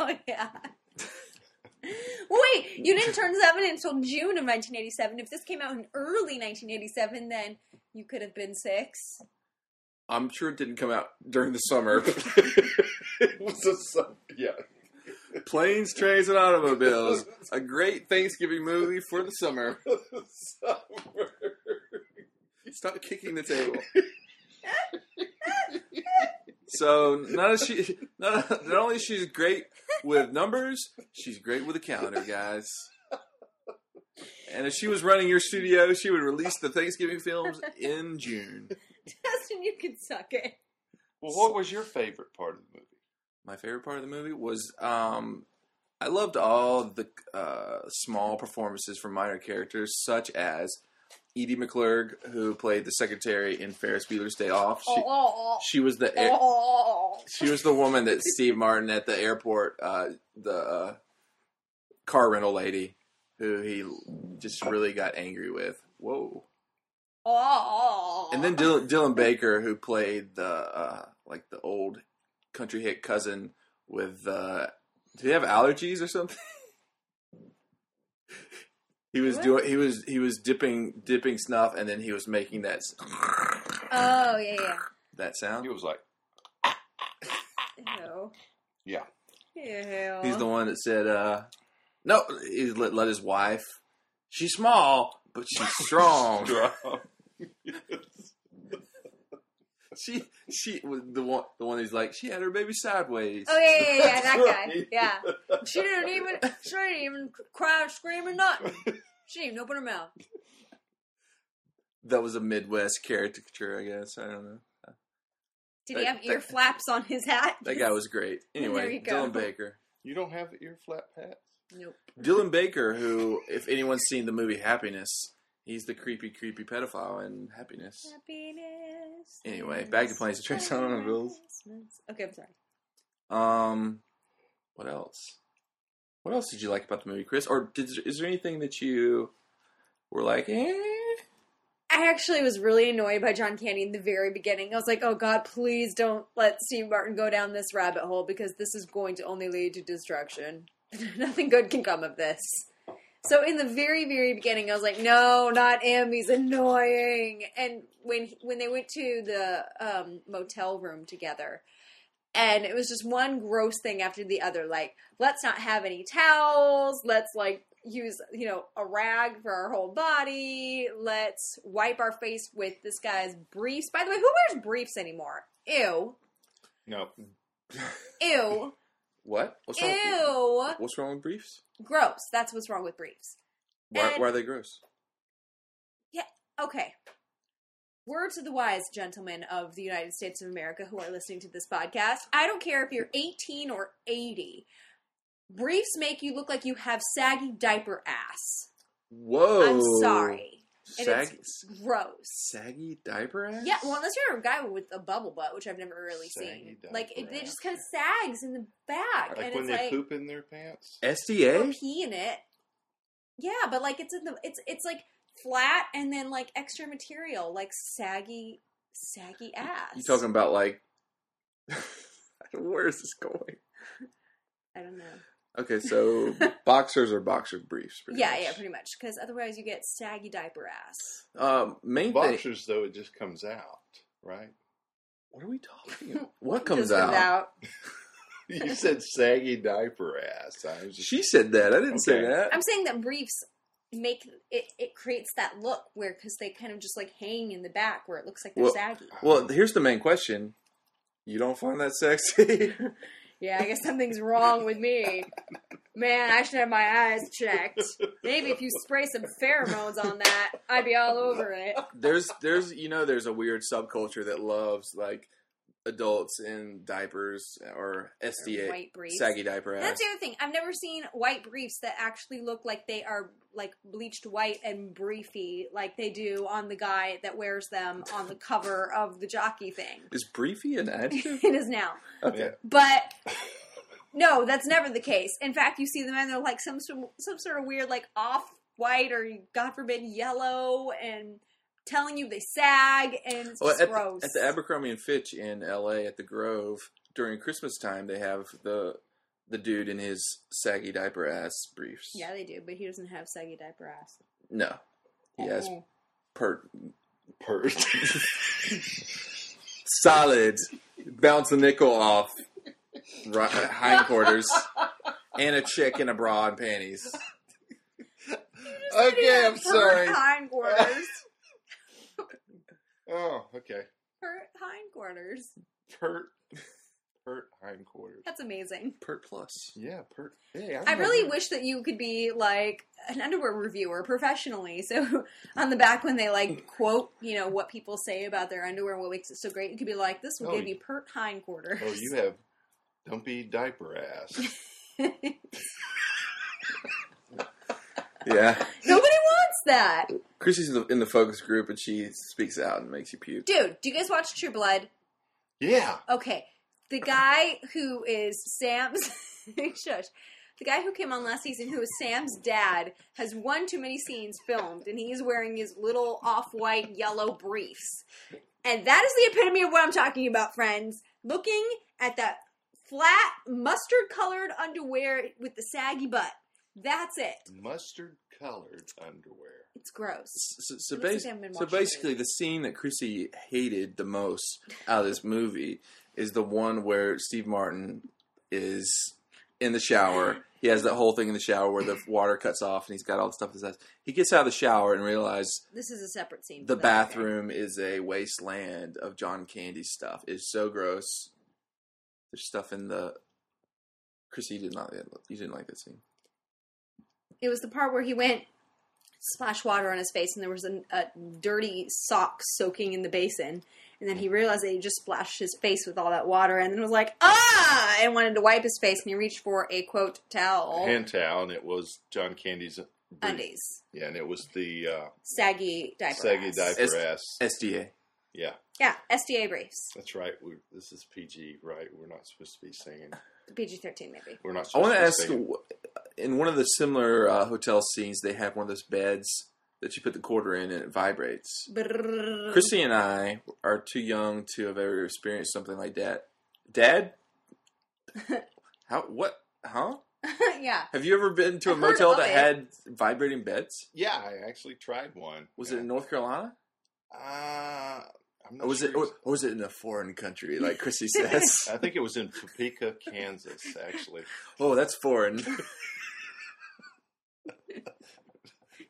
A: Oh yeah. <laughs> Wait, you didn't turn seven until June of 1987. If this came out in early 1987, then you could have been six. <laughs>
B: I'm sure it didn't come out during the summer. <laughs>
C: it was a sub- yeah.
B: Planes, Trains, and
C: <laughs>
B: Automobiles, a great Thanksgiving movie for the summer.
C: <laughs> Summer.
B: Stop kicking the table. So not as she not, not only she's great with numbers, she's great with a calendar, guys. And if she was running your studio, she would release the Thanksgiving films in June.
A: Dustin, you can suck it.
C: Well, what was your favorite part of the movie?
B: My favorite part of the movie was um, I loved all the uh, small performances from minor characters, such as Edie McClurg, who played the secretary in Ferris Bueller's Day Off. <laughs> She,
A: oh,
B: she was the air,
A: oh.
B: she was the woman that Steve Martin at the airport, uh, the uh, car rental lady, who he just really got angry with. Whoa!
A: Oh.
B: And then Dylan, Dylan Baker, who played the uh, like the old country hit cousin with uh, did he have allergies or something? <laughs> he was
A: What?
B: doing he was he was dipping dipping snuff, and then he was making that s-
A: Oh yeah, yeah.
B: that sound.
C: He was like,
A: Ew.
B: <laughs>
C: Yeah.
A: Ew.
B: He's the one that said, uh, no, he let, let his wife, she's small, but she's
A: <laughs>
B: strong. she, she was the one, the one who's like, she had her baby sideways.
A: Oh yeah, yeah, yeah,
B: <laughs>
A: yeah, that
C: That's
A: guy.
C: right.
A: Yeah. She didn't even. She didn't even cry, scream, or
B: <laughs>
A: nothing. She didn't even open her mouth.
B: That was a Midwest caricature, I guess. I don't know.
A: Did he
B: That-
A: have ear flaps on his hat?
B: That guy was great.
A: There
B: Anyway,
A: you go.
B: Dylan Baker.
C: <laughs> You don't have the ear flap hats?
A: <laughs> Nope.
B: Dylan Baker, who, if anyone's seen the movie Happiness, he's the creepy, creepy pedophile in Happiness.
A: Happiness.
B: Anyway, back to Planes, Trains, and Automobiles.
A: Christmas. Okay, I'm sorry.
B: Um, what else? What else did you like about the movie, Chris? Or did is there anything that you were like, eh?
A: I actually was really annoyed by John Candy in the very beginning. I was like, oh God, please don't let Steve Martin go down this rabbit hole because this is going to only lead to destruction. <laughs> Nothing good can come of this. So in the very, very beginning, I was like, no, not him. He's annoying. And when when they went to the um, motel room together, and it was just one gross thing after the other. Like, let's not have any towels. Let's like use you know a rag for our whole body. Let's wipe our face with this guy's briefs. By the way, who wears briefs anymore? Ew,
C: No.
A: ew,
B: What? What's wrong?
A: ew.
B: What's wrong with briefs?
A: Gross. That's what's wrong with briefs.
B: Why,
A: And-
B: why are they gross?
A: Okay. Word to the wise gentlemen of the United States of America who are listening to this podcast. I don't care if you're 18 or 80. Briefs make you look like you have saggy diaper ass.
B: Whoa!
A: I'm sorry. And
B: Saggy,
A: it's gross.
B: saggy diaper ass.
A: Yeah, well, unless you're a guy with a bubble butt, which I've never really
C: Saggy
A: seen. Like,
C: diaper
A: it, it
C: ass.
A: just kind of sags in the back.
C: Like
A: and
C: when
A: it's
C: they
A: like,
C: poop in their pants?
A: or
B: SDA.
A: pee in it. Yeah, but like it's in the it's it's like flat and then like extra material, like saggy saggy ass.
B: You talking about like? <laughs> Where is this going?
A: I don't know. <laughs>
B: Okay, so boxers or boxer briefs. pretty
A: yeah,
B: much.
A: yeah, pretty much. Because otherwise you get saggy diaper ass.
B: Um, main thing.
C: Boxers, though, it just comes out, right?
B: What are we
C: <laughs>
B: talking? about? What
A: Just
B: comes out?
C: You said saggy diaper ass. I was just
B: She said that. I didn't say
C: Okay.
B: that.
A: I'm saying that briefs make it it creates that look where because they kind of just like hang in the back where it looks like they're
B: Well-
A: saggy.
B: Well, here's the main question. You don't find that sexy?
A: Yeah, I guess something's wrong with me. Man, I should have my eyes checked. Maybe if you spray some pheromones on that, I'd be all over it.
B: there's there's you know there's a weird subculture that loves like adults in diapers or SDA
A: White briefs.
B: saggy diaper
A: And That's
B: ass.
A: the other thing. I've never seen white briefs that actually look like they are like bleached white and briefy, like they do on the guy that wears them on the cover of the jockey thing.
B: Is
A: <laughs>
B: briefy an adjective?
A: it is now.
B: Okay.
A: But no, that's never the case. In fact, you see them and they're like some some sort of weird like off white or God forbid yellow and telling you they sag and it's
B: Well,
A: just
B: at, the,
A: gross.
B: at the Abercrombie and Fitch in L.A. at the Grove during Christmas time, they have the the dude in his saggy diaper ass briefs.
A: yeah, they do, but he doesn't have saggy diaper ass.
B: No. He has
A: Uh-uh.
B: per
C: Purse.
B: solid bounce a nickel off ri- hindquarters and a chick in a bra and panties.
A: He
C: okay,
A: has
C: I'm
A: hurt
C: sorry.
A: Hindquarters.
C: Oh, okay.
A: hurt hindquarters.
C: Pert. Pert hindquarters.
A: That's amazing.
B: Pert plus.
C: Yeah, pert. Hey,
A: I
C: remember-
A: really wish that you could be like an underwear reviewer professionally. So <laughs> on the back when they like quote, you know, what people say about their underwear and what makes it so great, you could be like, This will
C: Oh,
A: give
C: you-
A: you pert hindquarters.
C: Oh,
A: <laughs>
C: you have dumpy diaper ass.
B: Yeah.
A: Nobody wants that.
B: Chrissy's in the, in the focus group and she speaks out and makes you puke.
A: Dude, do you guys watch True Blood?
C: yeah.
A: Okay. The guy who is Sam's <laughs> shush. The guy who came on last season, who is Sam's dad, has one too many scenes filmed, and he's wearing his little off-white yellow briefs. And that is the epitome of what I'm talking about, friends. Looking at that flat mustard-colored underwear with the saggy butt. That's it.
C: Mustard colored underwear.
A: It's gross.
B: So, so,
A: It looks like
B: basi-
A: I've been
B: so
A: watching
B: basically, the scene that Chrissy hated the most out of this movie is the one where Steve Martin is in the shower. He has that whole thing in the shower where the water cuts off and he's got all the stuff in his eyes. He gets out of the shower and realizes
A: This is a separate scene.
B: the
A: from that, okay.
B: bathroom is a wasteland of John Candy stuff. It's so gross. There's stuff in the. Chrissy, you did not. You didn't like that scene.
A: It was the part where he went splash water on his face, and there was an, a dirty sock soaking in the basin. And then he realized that he just splashed his face with all that water, and then was like, ah, and wanted to wipe his face, and he reached for a quote towel,
C: Hand towel, and it was John Candy's. brief.
A: undies,
C: Yeah, and it was the uh,
A: saggy diaper,
C: saggy
A: ass.
C: diaper
B: It's-
C: ass.
B: SDA.
C: Yeah,
A: yeah, SDA briefs,
C: that's right. We, this is PG, right? We're not supposed to be singing.
A: PG thirteen maybe.
C: We're not.
B: I
C: Supposed
B: want to
C: be
B: ask.
C: singing.
B: In one of the similar uh, hotel scenes, they have one of those beds that you put the quarter in and it vibrates.
A: Brrrr.
B: Chrissy and I are too young to have ever experienced something like that.
A: <laughs>
B: Dad, how? What? Huh?
A: <laughs> yeah,
B: Have you ever been to a
A: I've heard
B: motel
A: of
B: that
A: it.
B: had vibrating beds?
C: Yeah, I actually tried one.
B: Was
C: yeah.
B: it in North Carolina?
C: Uh, I'm not
B: Or was
C: sure.
B: it or, or was it in a foreign country
A: <laughs>
B: like Chrissy <laughs> says?
C: I think it was in Topeka, Kansas. Actually,
B: oh, that's foreign.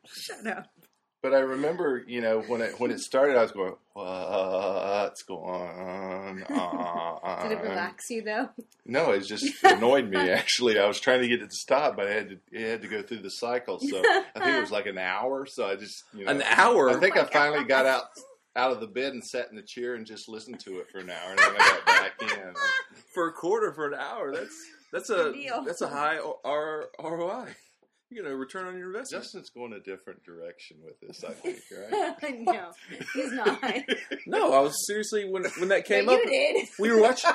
A: shut up.
C: but I remember, you know, when it when it started, I was going, "What's going on?"
A: Did it relax you
C: <laughs>
A: though? <laughs>
C: No, it just annoyed me. Actually, I was trying to get it to stop, but I had to it had to go through the cycle. So I think it was like an hour. So I just you know,
B: An hour.
C: I
A: Oh
C: think I finally got out out of the bed and sat in the chair and just listened to it for an hour, and then I got back in.
B: for a quarter for an hour. That's that's a
A: Good deal.
B: that's a high O- R, ROI. You're gonna return on your investment.
C: Justin's going a different direction with this, I think. Right?
A: no, he's
C: <laughs>
A: not.
B: No, I was seriously when when that came
A: but
B: up,
A: you did.
B: we were watching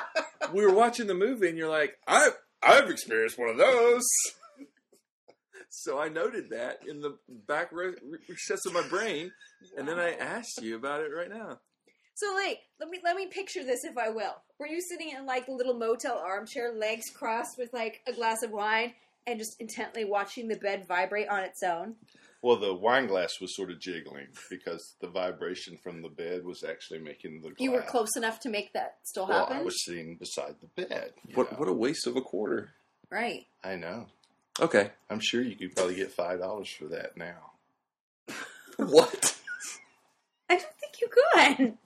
B: we were watching the movie, and you're like, I I've experienced one of those. So I noted that in the back re- recess of my brain, and then I asked you about it right now.
A: So like, let me let me picture this if I will. Were you sitting in like a little motel armchair, legs crossed with like a glass of wine and just intently watching the bed vibrate on its own?
C: Well, the wine glass was sort of jiggling because the vibration from the bed was actually making the glass.
A: You were close enough to make that still
C: Well,
A: happen.
C: I was sitting beside the bed. you
B: What
C: know.
B: what a waste of a quarter.
A: Right.
C: I know.
B: Okay,
C: I'm sure you could probably get five dollars for that now.
B: what?
A: I don't think you could.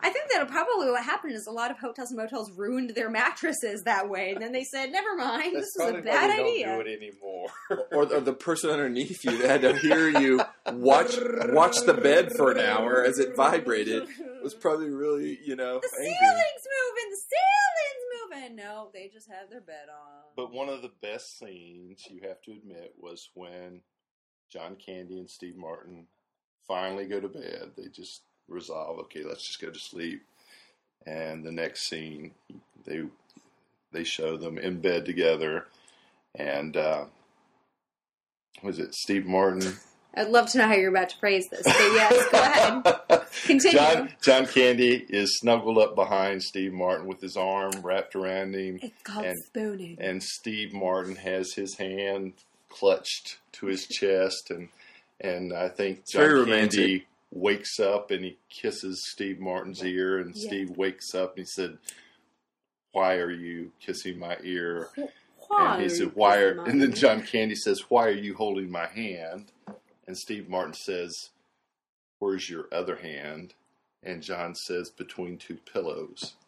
A: I think that'll probably what happened is a lot of hotels and motels ruined their mattresses that way, and then they said, "Never mind, this is a bad idea."
C: Don't do it anymore. <laughs>
B: or, or the person underneath you that had to hear you watch watch the bed for an hour as it vibrated was probably really you know
A: The
B: angry.
A: ceiling's moving. The ceiling's moving. No, they just have their bed on.
C: but one of the best scenes you have to admit was when John Candy and Steve Martin finally go to bed. They just resolve, okay, let's just go to sleep. And the next scene, they they show them in bed together, and uh, was it Steve Martin
A: I'd love to know how you're about to phrase this. But yes, <laughs>
C: <laughs>
A: go ahead. Continue.
C: John John Candy is snuggled up behind Steve Martin with his arm wrapped around him,
A: It's called
C: And-
A: spooning.
C: and Steve Martin has his hand clutched to his chest, and and I think
B: very
C: John
B: romantic.
C: Candy wakes up and he kisses Steve Martin's ear, and
A: Yeah.
C: Steve wakes up and he said, "Why are you kissing my ear?" and he said, "Why?" Are, and then John Candy says, "Why are you holding my hand?" And Steve Martin says, "Where's your other hand?" And John says, "Between two pillows."
A: <laughs>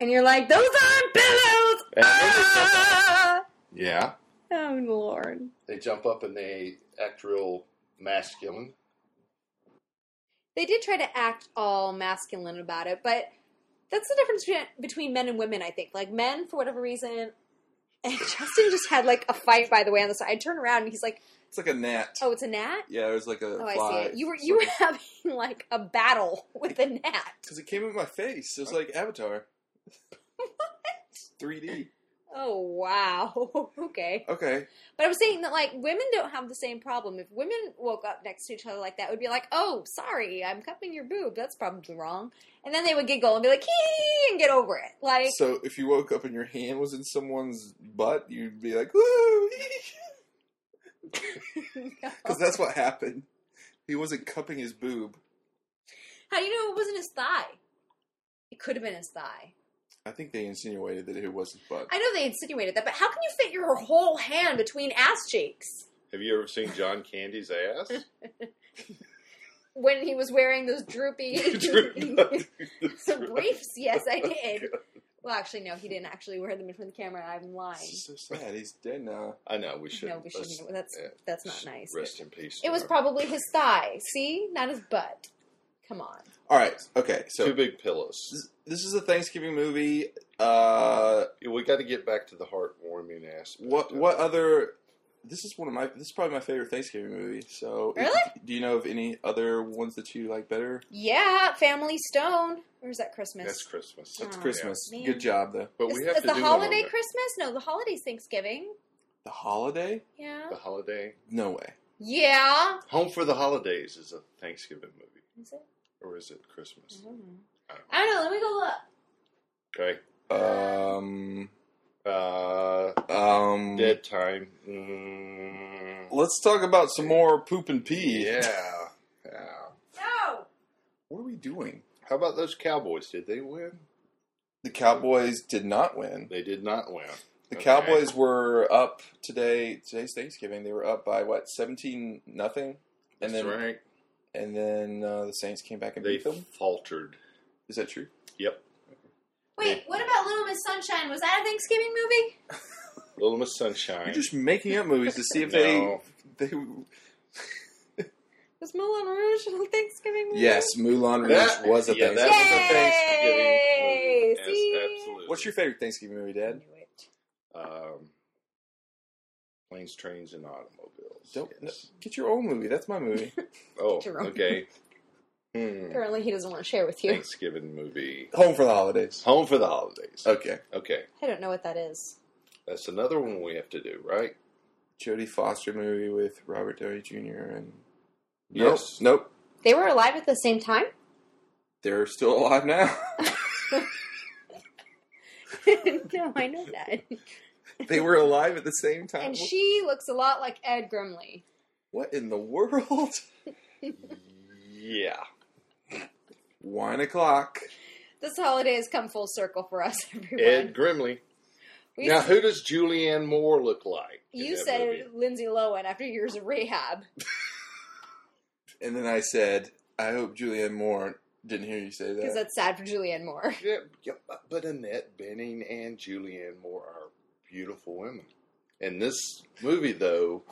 A: And you're like, those aren't pillows.
C: And-
A: Ah!
C: Yeah,
A: Oh Lord.
C: they jump up and they act real masculine.
A: They did try to act all masculine about it, but that's the difference between, between men and women, I think. Like men, for whatever reason, <laughs> and Justin just had like a fight by the way on the side. I turned around and he's like,
B: It's like a gnat.
A: "Oh, it's a gnat."
B: Yeah, it was like a
A: Oh,
B: fly.
A: I see it. You were you were <laughs> having like a battle <laughs> with a gnat.
B: Because it came in my face. It was like
A: <laughs>
B: Avatar. 3D.
A: Oh wow. <laughs> okay.
B: Okay.
A: But I was saying that like women don't have the same problem. If women woke up next to each other like that, it would be like, "Oh, sorry, I'm cupping your boob. That's probably wrong." And then they would giggle and be like, "Hee," and get over it. Like,
B: So if you woke up and your hand was in someone's butt, you'd be like,
A: <laughs>
B: woo! Because that's what happened. He wasn't cupping his boob.
A: how do you know it wasn't his thigh? It could have been his thigh.
B: I think they insinuated that it was his butt.
A: I know they insinuated that, but how can you fit your whole hand between ass cheeks
C: Have you ever seen John Candy's ass?
A: <laughs> when he was wearing those <laughs> droopy Oh, briefs? Yes, <laughs> I did. Well, actually, no, he didn't actually wear them in front of the camera. I'm lying.
B: It's so sad. He's dead now.
C: I know we should.
A: No, we shouldn't. That's eh,
C: yeah.
A: that's not nice.
C: Rest in peace.
A: It was
C: John.
A: probably his thigh. See, not his butt. Come on.
B: All right. Okay. So
C: two big pillows.
B: this- this is a Thanksgiving movie. Uh,
C: We got to get back to the heartwarming ass.
B: what what other? This is one of my. This is probably my favorite Thanksgiving movie. So if-
A: Really?
B: do you know of any other ones that you like better?
A: Yeah, Family Stone. Or is that Christmas?
C: That's Christmas.
A: That's Oh,
B: Christmas.
A: man.
B: Good job though.
C: But
A: Is-
C: we have
A: is
C: to
A: the
C: do one
A: holiday
C: on
A: Christmas? No, the holiday's Thanksgiving.
B: The holiday?
A: Yeah.
C: the, the holiday.
B: No way.
A: Yeah.
C: Home for the Holidays is a Thanksgiving movie,
A: Is it?
C: or is it Christmas?
A: I don't know.
C: I don't know.
A: I don't know. Let me go look. Mm-hmm.
C: Okay.
B: Um.
C: Uh,
B: Um.
C: dead time. Mm,
B: Let's talk about some more poop and pee.
C: yeah. Yeah.
A: No.
B: What are we doing?
C: How about those Cowboys? Did they win?
B: The Cowboys did not win.
C: They did not win.
B: The
C: Okay.
B: Cowboys were up today. Today's Thanksgiving. They were up by what seventeen nothing,
C: That's
B: and then
C: right.
B: and then uh, the Saints came back and
C: They
B: beat them.
C: faltered.
B: Is that true?
C: Yep.
A: Wait. What about Little Miss Sunshine? Was that a Thanksgiving movie?
C: Little Miss Sunshine.
B: You're just making up movies to see if
C: No.
B: they they.
A: Was Moulin Rouge a Thanksgiving movie?
B: Yes, Moulin Rouge
C: That-
B: was a
C: yeah,
B: Thanksgiving.
C: that was a Thanksgiving.
A: Yay!
C: movie. Yes,
A: See?
C: absolutely.
B: What's your favorite Thanksgiving movie,
A: I
B: Dad?
A: knew it.
C: um, planes, trains, and automobiles?
B: Don't
C: Yes.
B: no, get your own movie. That's my movie. <laughs>
C: Oh,
A: Get your own. <laughs>
C: okay. Hmm.
A: Apparently, he doesn't want to share with you.
C: Thanksgiving movie.
B: Home for the holidays.
C: Home for the holidays.
B: Okay.
C: Okay,
A: I don't know what that is.
C: that's another one we have to do, right?
B: Jodie Foster movie with Robert Downey Jr. and
C: Yes.
B: nope, nope.
A: They were alive at the same time. <laughs>
B: They're still alive now. <laughs>
A: no, I know
C: <laughs>
A: that.
B: they were alive at the same time.
A: And she looks a lot like Ed Grimley.
B: what in the world?
C: Yeah.
B: One o'clock.
A: This holiday has come full circle for us, <laughs> everyone.
C: Ed Grimley.
A: We-
C: now, who does Julianne Moore look like? in
A: you
C: that
A: said
C: movie?
A: Lindsay Lohan after years of rehab.
B: And then I said, I hope Julianne Moore didn't hear you say
A: Because
B: that.
A: that's sad for Julianne Moore.
C: Yeah, yeah, but- but Annette Benning and Julianne Moore are beautiful women. In this movie, though,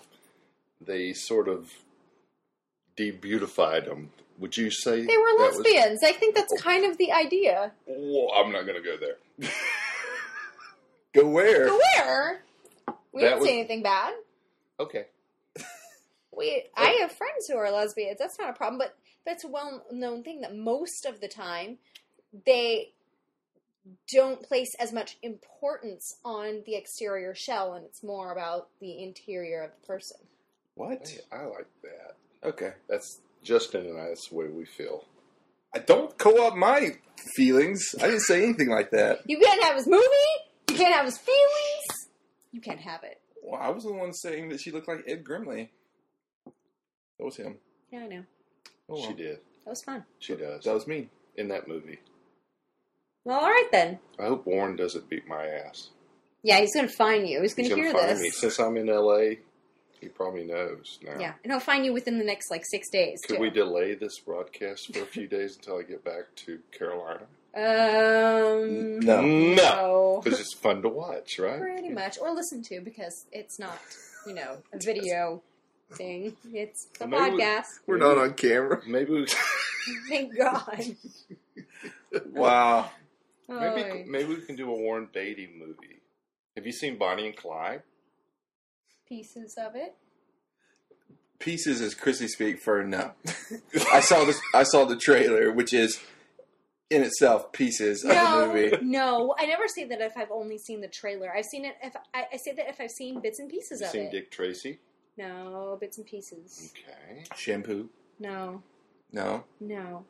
C: they sort of de-beautified them. Would you say
A: They were
C: that was-
A: lesbians. I think that's kind of the idea.
C: Whoa, I'm not going to go there.
B: Go where?
A: But where? We
C: That
A: didn't
C: was-
A: say anything bad.
C: Okay.
A: We, I have friends who are lesbians. That's not a problem, but that's a well-known thing that most of the time they don't place as much importance on the exterior shell, and it's more about the interior of the person.
B: What?
C: I like that.
B: Okay.
C: That's Justin and I. That's the way we feel.
B: I don't co up my feelings. I didn't say anything like that.
A: You can't have his movie. You can't have his feelings. You can't have it.
B: Well, I was the one saying that she looked like Ed Grimley. That was him.
A: Yeah, I know.
B: Oh, well.
C: She did.
A: That was fun.
C: She does.
B: That was me.
C: in that movie.
A: Well, all right then.
C: I hope Warren doesn't beat my ass.
A: Yeah, he's gonna find you. He's gonna
C: He's gonna
A: hear
C: find
A: this.
C: me. Since I'm in LA, he probably knows now.
A: Yeah, and he'll find you within the next like six days.
C: Could
A: too.
C: we delay this
A: <laughs>
C: broadcast for a few days until I get back to Carolina?
A: Um,
B: No.
C: No,
A: no.
C: because it's fun to watch, right?
A: pretty much, or listen to because it's not you know a video thing. It's a
C: Maybe we-
A: podcast.
B: We're not on camera.
C: Maybe we,
A: Thank God.
B: <laughs> Wow.
C: <laughs> maybe
A: Oy.
C: maybe we can do a Warren Beatty movie. Have you seen Bonnie and Clyde?
A: pieces of it.
B: Pieces is Chrissy speak for no. I saw this. I saw the trailer, which is in itself
C: <laughs>
B: pieces of the
A: No,
B: movie.
A: no. I never say that if I've only seen the trailer. I've seen it. If I, I say that if I've seen bits and pieces
C: You
A: of
C: seen
A: it.
C: Dick Tracy?
A: No, bits and pieces.
C: Okay.
B: Shampoo.
A: No,
B: No.
A: no.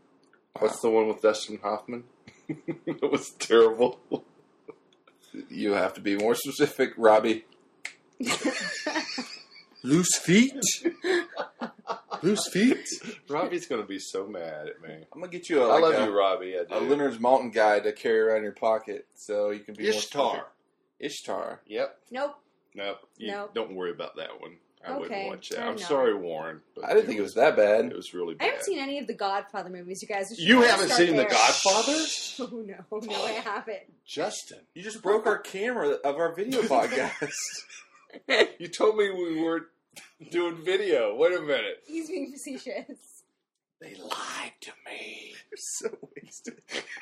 C: What's the one with Dustin Hoffman? <laughs> it was terrible.
B: You have to be more specific,
C: <laughs>
B: Robbie. Loose feet. Loose feet.
C: <laughs> Robbie's gonna be so mad at me.
B: I'm gonna get you a,
C: I
B: like
C: love
B: a,
C: you, Robbie. I
B: a
C: do.
B: Leonard's Mountain guy to carry around your pocket, so you can be more specific.
C: Ishtar.
B: Ishtar.
C: Yep.
A: Nope.
C: Nope. You
A: Nope.
C: Don't worry about that one. I
A: Okay,
C: wouldn't watch that.
A: fair
C: I'm
A: enough.
C: sorry, Warren. But
B: I didn't think it was that bad.
C: It was really
A: I
C: bad.
A: haven't seen any of the Godfather movies, you guys. should
C: you
A: probably
C: haven't
A: start
C: seen
A: there.
C: The Godfather,
A: <laughs> Oh no, no, I haven't.
C: Justin?
B: You just broke our camera of our
C: <laughs>
B: video podcast. <laughs>
C: You told me we were <laughs> doing video. Wait a minute.
A: He's being facetious.
C: They lied to me.
B: You're so wasted. <laughs>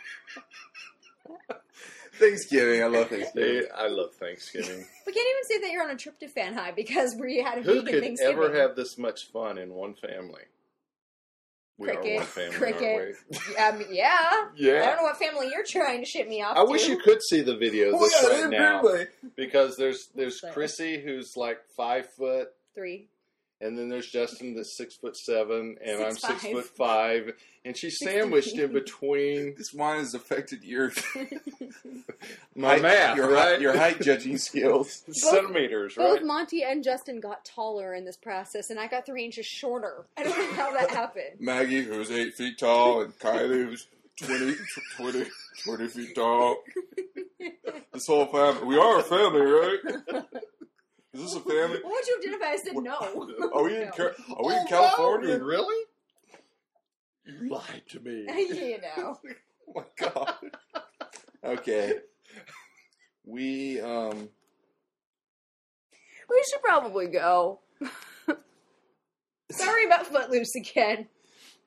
B: Thanksgiving. I love Thanksgiving.
C: <laughs> They, I love
A: <laughs>
C: Trynsgiving.
A: We can't even say that you're on a tryptophan high because we had a
C: Who
A: vegan
C: could
A: Thanksgiving.
C: ever have this much fun in one family? We
A: Cricket,
C: are one family,
A: cricket.
B: <laughs>
C: aren't
A: I mean, yeah.
C: we?
A: I don't
C: Yeah.
A: know what family you're trying to shit me off.
C: I wish
A: to.
C: you could see the video of
B: Oh my
C: this
B: God,
C: right
B: Ed
C: now
B: Grimley.
C: because there's there's
A: Sorry.
C: Chrissy who's like five foot
A: three. <laughs>
C: and then there's Justin that's six foot seven, and i I'm
A: Six
C: six
A: five.
C: foot five, and she's
A: Six
C: sandwiched
A: feet.
C: in <laughs> between
B: This wine has affected your
C: my
B: height-
C: math,
B: your, height-
C: right?
B: your height
C: <laughs>
B: judging skills.
C: centimeters,
A: Both
C: right?
A: Monty and Justin got taller in this process, and I got three inches shorter. I don't know how that happened.
B: Maggie, who's eight feet tall, and Kylie, who's 20, 20, 20 feet tall. This whole family. We are a family, right? Is this a family?
A: What would you have done if I said no?
B: Are we
A: <laughs>
B: in,
A: No.
B: Car- are we
C: Oh,
B: in
C: wow,
B: California?
C: really? You lied to me.
A: you know.
B: Oh my god. okay. We um
A: We should probably go. <laughs> Sorry about Footloose again.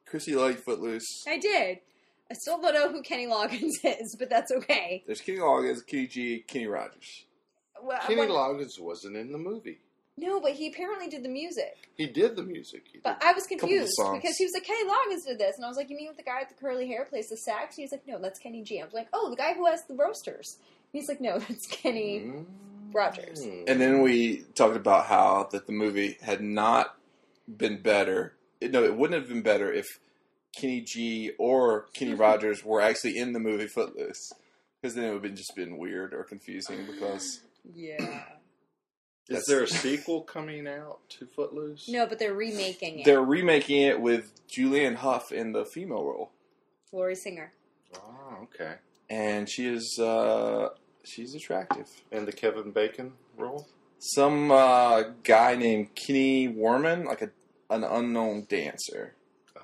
B: Chrissy liked Footloose.
A: I did. I still don't know who Kenny Loggins is, but that's okay.
B: There's Kenny Loggins, Kenny G, Kenny Rogers.
A: Well, I
C: Kenny
A: wonder-
C: Loggins wasn't in the movie.
A: no, but he apparently did the music.
C: He did the music. He did-
A: But I was
B: couple of
A: confused
B: songs.
A: because he was like, Kenny Loggins did this. And I was like, You mean with the guy with the curly hair plays the sax? He's like, No, that's Kenny G. I was like, Oh, the guy who has the roasters. And he's like, No, <laughs> that's Kenny
C: Mm.
A: Rogers.
B: And then we talked about how that the movie had not been better. It- No, it wouldn't have been better if Kenny G or
C: <laughs>
B: Kenny Rogers were actually in the movie Footloose. Because then it would have been just been weird or confusing because
A: Yeah.
C: is there a sequel coming out to Footloose?
A: No, but they're remaking it.
B: <laughs> they're remaking it with Julianne Hough in the female role.
A: Lori Singer.
C: Oh, okay.
B: And she is uh she's attractive.
C: And the Kevin Bacon role?
B: some uh, guy named Kenny Warman, like a an unknown dancer.
C: Oh.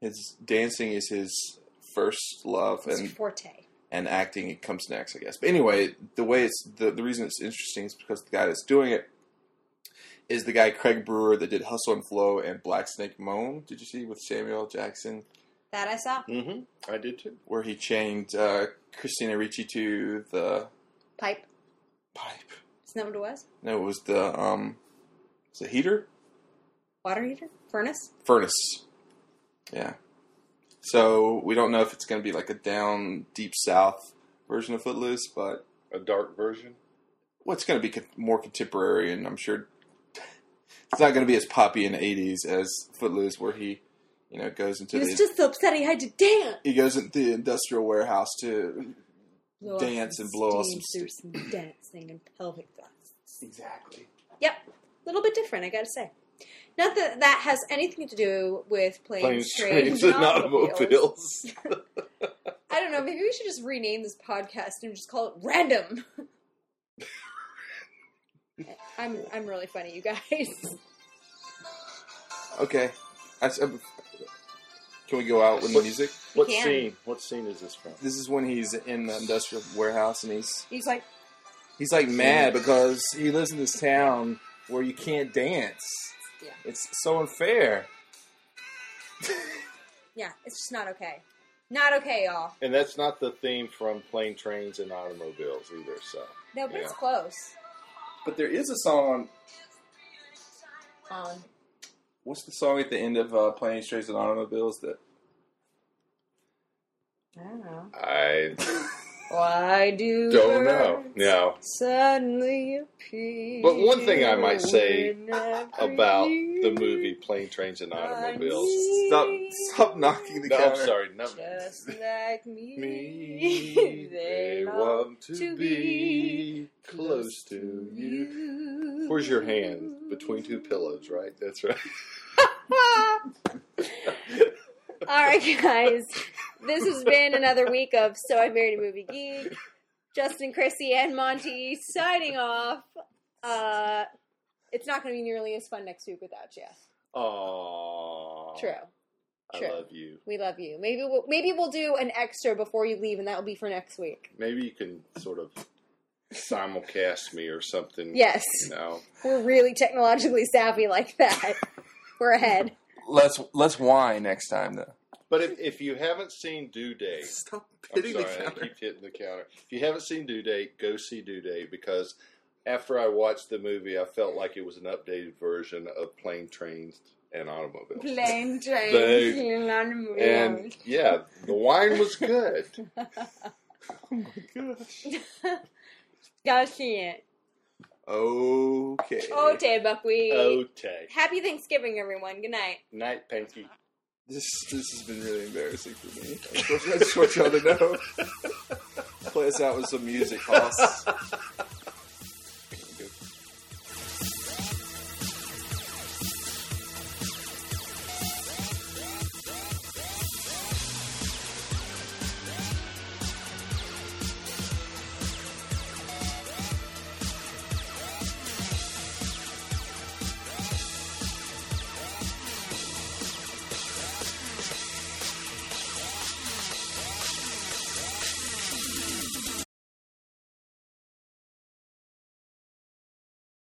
B: His dancing is his first love,
A: It's
B: and
A: Forte.
B: and acting it comes next, I guess. But anyway, the way it's the, the reason it's interesting is because the guy that's doing it is the guy Craig Brewer that did Hustle and Flow and Black Snake Moan. Did you see with Samuel L. Jackson
A: That I saw.
C: Mm-hmm. I did too.
B: where he chained uh, Christina Ricci to the
A: Pipe.
B: pipe?
A: Isn't that what it was?
B: No, it was the um, it's a heater.
A: Water heater? Furnace?
B: furnace. Yeah. So we don't know if it's going to be like a down deep south version of Footloose, but
C: A dark version.
B: what's going to be con- more contemporary, and I'm sure <laughs> It's not going to be as poppy in the '80s as Footloose, where he, you know, goes into
A: He
B: the
A: was just so upset he had to dance.
B: he goes into the industrial warehouse to
A: Blow off
B: Dance
A: some
B: and blow off
A: steam
B: some
A: through some dancing and pelvic thrusts.
B: exactly.
A: Yep, a little bit different, I gotta say. Not that that has anything to do with planes,
C: Planes,
B: <laughs>
A: trains, <laughs>
C: trains, and
A: and automobiles.
C: automobiles.
A: I don't know. Maybe we should just rename this podcast and just call it Random. I'm I'm really funny, you guys.
B: Okay, I s- um, can we go out with the music?
C: What
A: can.
C: scene? What scene is this from?
B: This is when he's in the industrial warehouse and he's
A: He's like,
B: he's like mad because he lives in this town where you can't dance.
A: Yeah.
B: It's so unfair.
A: yeah, it's just not okay. Not okay, y'all.
C: And that's not the theme from Plane, Trains, and Automobiles either. So
A: No, but it's
C: Yeah.
A: close.
B: But there is a song.
A: Um,
B: What's the song at the end of uh, Planes, Trains, and Automobiles that
A: I don't know.
C: I
A: Why do
C: don't know. No.
A: suddenly appear?
C: But one thing I might say <laughs> About the movie Plane, Trains, and Automobiles.
B: stop stop knocking the
C: No, I'm
B: counter?
C: sorry. No.
A: Just like me,
C: Um,
A: <laughs>
C: Me, <laughs> they want to
A: to
C: be
A: be
C: close to you. Where's your hand? Between <laughs> two pillows, right? That's right.
A: <laughs>
C: <laughs>
A: All right, guys. This has been another week of So I Married a Movie Geek. Justin, Chrissy, and Monty signing off. Uh, it's not going to be nearly as fun next week without you.
C: Aww.
A: True.
C: I
A: True.
C: love you.
A: We love you. Maybe we'll, maybe we'll do an extra before you leave, and that will be for next week.
C: Maybe you can sort of simulcast me or something.
A: Yes.
C: You know.
A: We're really technologically savvy like that. We're ahead.
B: Let's let's whine next time though.
C: But if, if you haven't seen Due Date,
B: Stop
C: I'm
B: hitting
C: sorry,
B: the
C: I
B: counter.
C: keep hitting the counter. If you haven't seen Due Date, go see Due Date because after I watched the movie, I felt like it was an updated version of Plane, Trains, and Automobiles.
A: Plane
C: trains, and yeah, the wine was good.
A: Gotta see it.
B: Okay.
A: Okay, buckwheat.
C: Oh. Okay.
A: Happy Thanksgiving, everyone. Good night.
C: Night, Pinky.
B: This this has been really embarrassing for me. <laughs> I just want- I just want y'all to know. Play us out with some music, boss.